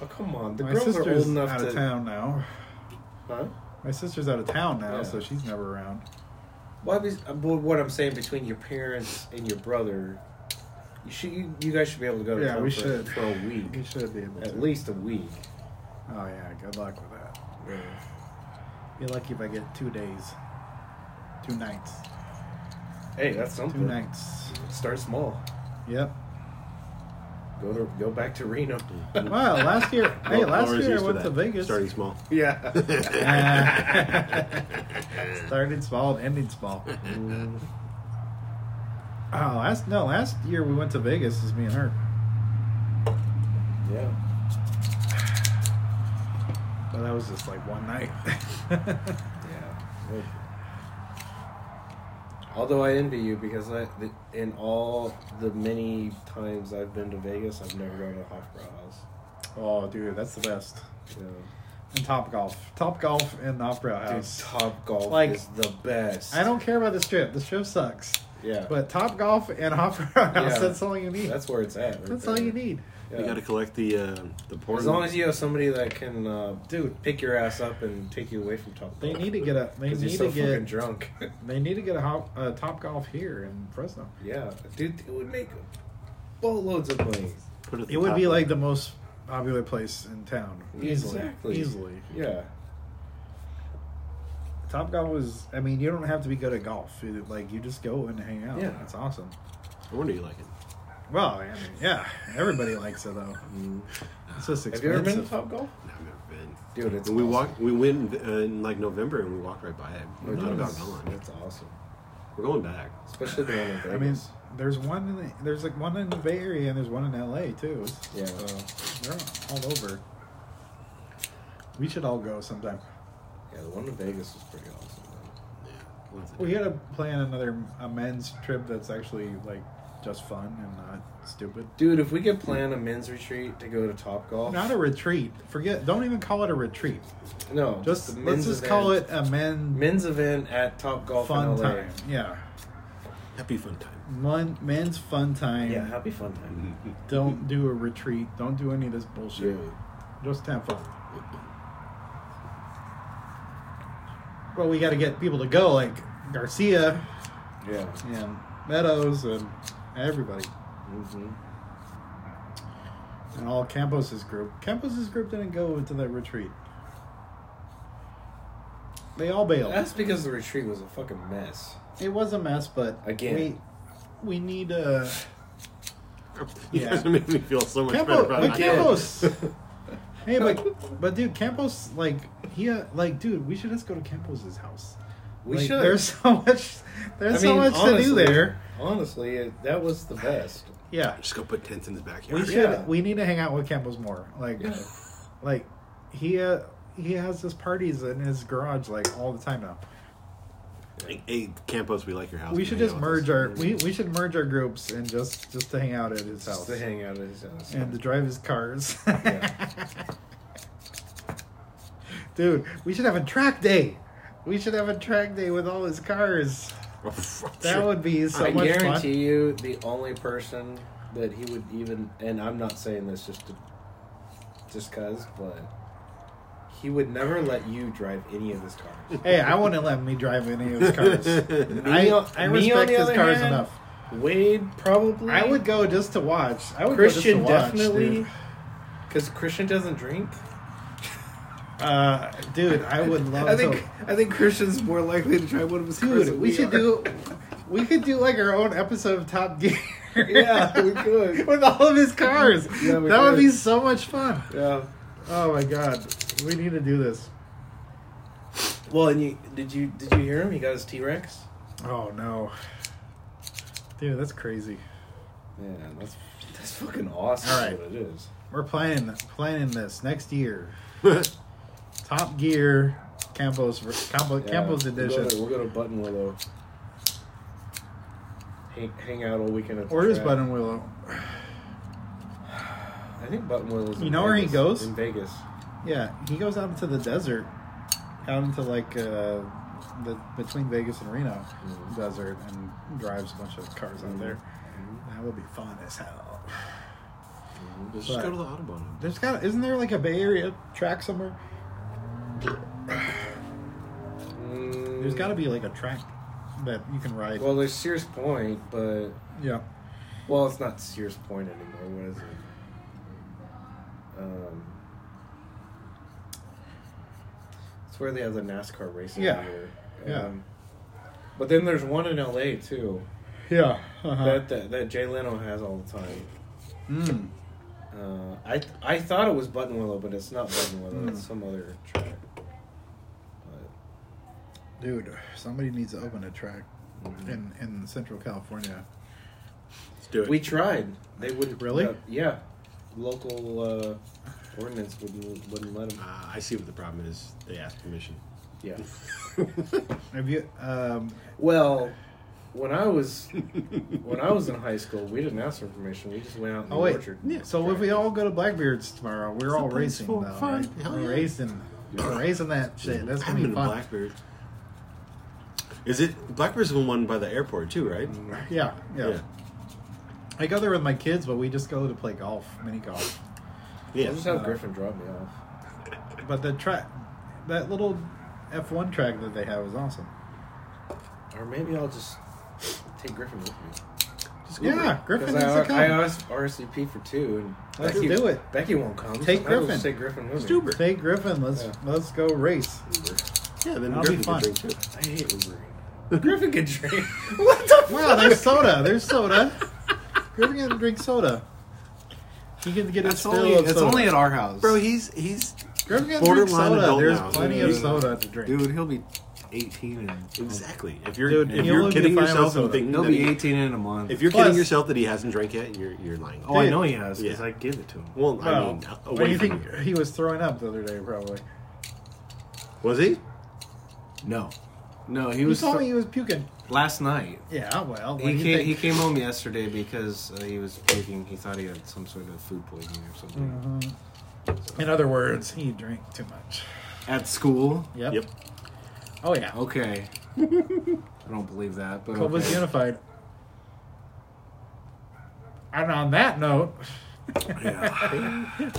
C: Oh come on, the
A: My
C: girls are old
A: sister's
C: enough
A: out
C: to.
A: of town now.
C: Huh?
A: My sister's out of town now,
C: Yeah.
A: so she's never around.
C: Well, I was- uh, well, what I'm saying between your parents and your brother, you should you, you guys should be able to go to
A: Yeah,
C: town
A: we
C: for,
A: should.
C: for a week,
A: You should be able to.
C: at least a week.
A: Oh yeah, good luck with that. Be lucky if I get two days, two nights,
C: Hey, that's
A: two
C: something.
A: nights.
C: Start small.
A: Yep.
C: Go to go back to Reno.
A: Wow, last year, hey, last
B: Laura's
A: year
B: used
A: I
B: to
A: went to
B: that,
A: Vegas.
B: Starting small.
C: yeah.
A: Ah. Started small and ended small.
B: Mm,
A: Oh, last no, last year we went to Vegas. Is me and her,
C: Yeah.
A: but that was just like one night.
C: Yeah. Oof. Although I envy you because I, the, in all the many times I've been to Vegas, I've never gone to a Hofbrauhaus. House.
A: oh, dude, that's the best.
C: Yeah.
A: And Top Golf, Top Golf, and Opera
C: Dude,
A: House.
C: Top Golf
A: Like,
C: is the best.
A: I don't care about the strip. The strip sucks.
C: Yeah.
A: But Top Golf and Opera House.
C: Yeah.
A: That's all you need.
C: that's where it's at. right
A: That's all
C: there.
A: you need.
C: Yeah.
B: You got to collect the uh, the porn.
C: As long as you have somebody that can, uh, dude, pick your ass up and take you away from Top
A: They
C: Golf.
A: need to get a. They
C: 'Cause
A: need
C: you're so
A: to get.
C: fucking drunk.
A: They need to get a hop, uh, Top Golf here in Fresno.
C: yeah, dude, it would make boatloads of money.
B: Put at
A: It would
B: top
A: be
B: of
A: like the most popular place in town. Easily.
C: Exactly.
A: Easily.
C: Yeah.
A: Top Golf was. I mean, you don't have to be good at golf. It- like you just go and hang out.
C: Yeah.
A: It's awesome.
B: I wonder you like it.
A: Well, I mean, yeah, everybody likes it though. It's just expensive.
C: Have you ever been to Top Golf?
B: No, I've never been.
C: Dude, it's
B: And we
C: awesome.
B: walked. We went in, uh, in like November, and we walked right by it. We're not about going.
C: That's awesome.
B: We're going back.
C: Especially the one in Vegas.
A: I mean, there's one in the, there's like one in the Bay Area and there's one in L.A. too.
C: Yeah.
A: so they're all over. We should all go sometime.
C: yeah, the one in Vegas was pretty awesome. though.
B: Yeah, we'll have to
A: We
B: do it.
A: gotta plan another a men's trip that's actually like just fun and not stupid.
C: Dude, if we could plan a men's retreat to go to Top Golf,
A: Not a retreat. Forget. Don't even call it a retreat.
C: no,
A: Just
C: a
A: let's just call it
C: event.
A: a men
C: men's event at Top Golf
A: fun
C: in LA.
A: time. Yeah,
B: Happy fun time.
A: Men, men's fun time.
C: Yeah, happy fun time.
A: Don't do a retreat. Don't do any of this bullshit. Just have fun. Well, we got to get people to go, like Garcia
C: Yeah.
A: and Meadows and everybody,
C: Mm-hmm.
A: and all Campos's group. Campos's group didn't go to that retreat. They all bailed.
C: That's because the retreat was a fucking mess.
A: it was a mess, but
C: Again.
A: we we need uh,
B: You
A: Yeah.
B: guys are making me feel so much
A: Campo-
B: better
A: but
B: about it.
A: Campos. hey, but but dude, Campos like he uh, like dude, we should just go to Campos's house.
C: We
A: Like,
C: should.
A: There's so much. There's so much to do there.
C: Honestly, it, that was the best.
A: Yeah.
B: Just go put tents in his
A: We
B: backyard.
A: should.
C: Yeah.
A: We need to hang out with Campos more. Like,
C: Yeah.
A: like he uh, he has his parties in his garage like all the time now.
B: Hey, hey, Campos, we like your house.
A: We
B: Come
A: should
B: hang
A: just
B: out with
A: merge
B: us.
A: our we, we should merge our groups and just just to hang out at his
C: Just
A: house
C: to hang out at his house.
A: and to drive his cars.
C: Yeah.
A: Dude, we should have a track day. We should have a track day with all his cars.
B: Oh,
A: That
B: Sure.
A: would be so
C: I
A: much
C: guarantee
A: fun.
C: you, the only person that he would even, and I'm not saying this just to, just cause, but he would never let you drive any of his cars.
A: Hey, I wouldn't let me drive any of his cars. I,
C: on-
A: I
C: me
A: respect
C: on the
A: his
C: other
A: cars
C: hand,
A: enough.
C: Wade probably.
A: I would go just to watch. I would
C: Christian
A: go just to watch,
C: definitely,
A: Dude.
C: because Christian doesn't drink.
A: Uh, dude, I would love
C: I think
A: to.
C: I think Christian's more likely to drive one of his cars.
A: Dude,
C: than
A: we should
C: are.
A: do. We could do like our own episode of Top Gear.
C: Yeah, we could.
A: With all of his cars.
C: Yeah,
A: that
C: we
A: would
C: could.
A: be so much fun.
C: Yeah.
A: Oh my god, we need to do this.
C: Well, and you did you did you hear him? He got his T Rex.
A: Oh no, dude, that's crazy.
C: Yeah, that's that's fucking awesome.
A: All right.
C: what it is.
A: We're planning planning this next year. Top Gear, Campos Campo,
C: Yeah,
A: Campos
C: we'll go
A: edition.
C: to- We'll go to Button Willow. Hang, hang out all weekend at the
A: Or just
C: track.
A: Button Willow.
C: I think Button Willow's.
A: You
C: in
A: know where he
C: Vegas-
A: goes?
C: In Vegas.
A: Yeah, he goes out into the desert, out into like uh, the between Vegas and Reno
C: Mhm.
A: desert, and drives a bunch of cars out there. That would be fun as hell.
C: Just
A: But-
B: the Audubon.
A: There's got isn't there like a Bay Area track somewhere? There's got to be like a track that you can ride.
C: Mm, Well, there's Sears Point, but
A: yeah,
C: well, it's not Sears Point anymore. What is it? Um, it's where they have the NASCAR racing.
A: Yeah.
C: Here.
A: Yeah.
C: um, but then there's one in LA too
A: yeah. Uh-huh.
C: that, that that Jay Leno has all the time.
A: mm.
C: Uh, I I thought it was Button Willow, but it's not Button Willow.
A: Hmm.
C: It's some other track. But,
A: Dude, somebody needs to open a track
C: Mm-hmm. mm.
A: in in Central California.
B: Let's do it.
C: We tried. They wouldn't
A: Really?
C: uh, yeah, local uh, ordinance wouldn't wouldn't let them.
B: uh, I see what the problem is. They asked permission.
C: Yeah.
A: Have you? Um,
C: Well, when I was when I was in high school, we didn't ask for permission. We just went out in
A: oh
C: the
A: wait.
C: orchard.
A: Yeah, so if we all go to Blackbeard's tomorrow, we're all racing though.
B: for fun.
A: Right?
B: Hell
A: We're
B: yeah.
A: racing. We're racing that shit. That's
B: I've
A: gonna be
B: been to
A: fun.
B: Blackbird. Is it Blackbird's the one by the airport too, right?
A: Yeah, yeah, I go there with my kids, but we just go to play golf, mini golf.
B: Yeah.
C: I'll just have Griffin drop me off.
A: But the track, that little F1 track that they have is awesome.
C: Or maybe I'll just take Griffin with me.
B: Just go
A: Yeah,
B: over
A: Griffin
C: Because
A: needs
C: I,
A: to come.
C: I asked RSVP for two, and
A: Let's
C: Becky,
A: do it.
C: Becky won't come. so
A: Take
C: might as well
A: Griffin.
C: just Take Griffin with me.
B: Just Uber.
A: Take Griffin. Let's
C: Yeah.
A: let's go race.
B: it. Yeah, then
A: That'll be
B: Griffin can
A: fun.
B: drink too.
C: I hate Ubering. Griffin can drink. what the
A: Wow, there's soda. There's soda. Griffin can drink soda. He can get his
E: That's
A: fill
E: only,
A: of
E: it's
A: soda.
E: only at our house.
B: Bro, he's he's
A: Griffin can drink
B: borderline
A: soda.
B: adult
A: There's
B: now.
A: plenty of
B: Dude.
A: soda to drink.
E: Dude, he'll be 18 in.
B: exactly. If you're
A: Dude,
B: if
A: you'll
B: you're
A: be
B: kidding
A: fine with
B: yourself and
A: soda.
B: thinking
E: He'll
B: that
E: be
B: he-
E: 18 in a month.
B: if you're
A: Plus-
B: kidding yourself that he hasn't drank yet, you're you're lying.
E: oh, I
A: dude.
E: know he has because
B: Yeah.
E: I give it to him.
B: Well, I
A: Well,
B: mean,
A: what do
B: away
A: you
B: from
A: think
B: here.
A: he was throwing up the other day? Probably.
B: was he?
E: No, no, he
A: He
E: was
A: told
E: fr-
A: me he was puking.
E: last night.
A: Yeah, well, what do
C: He
A: you
C: came,
A: think?
C: he came home yesterday because uh, he was puking. He thought he had some sort of food poisoning or something.
A: Mhm. In other words, he drank too much.
E: At school?
A: Yep. Oh yeah.
E: Okay. I don't believe that, but
A: Club was
E: okay.
A: unified. And on that note,
E: Yeah.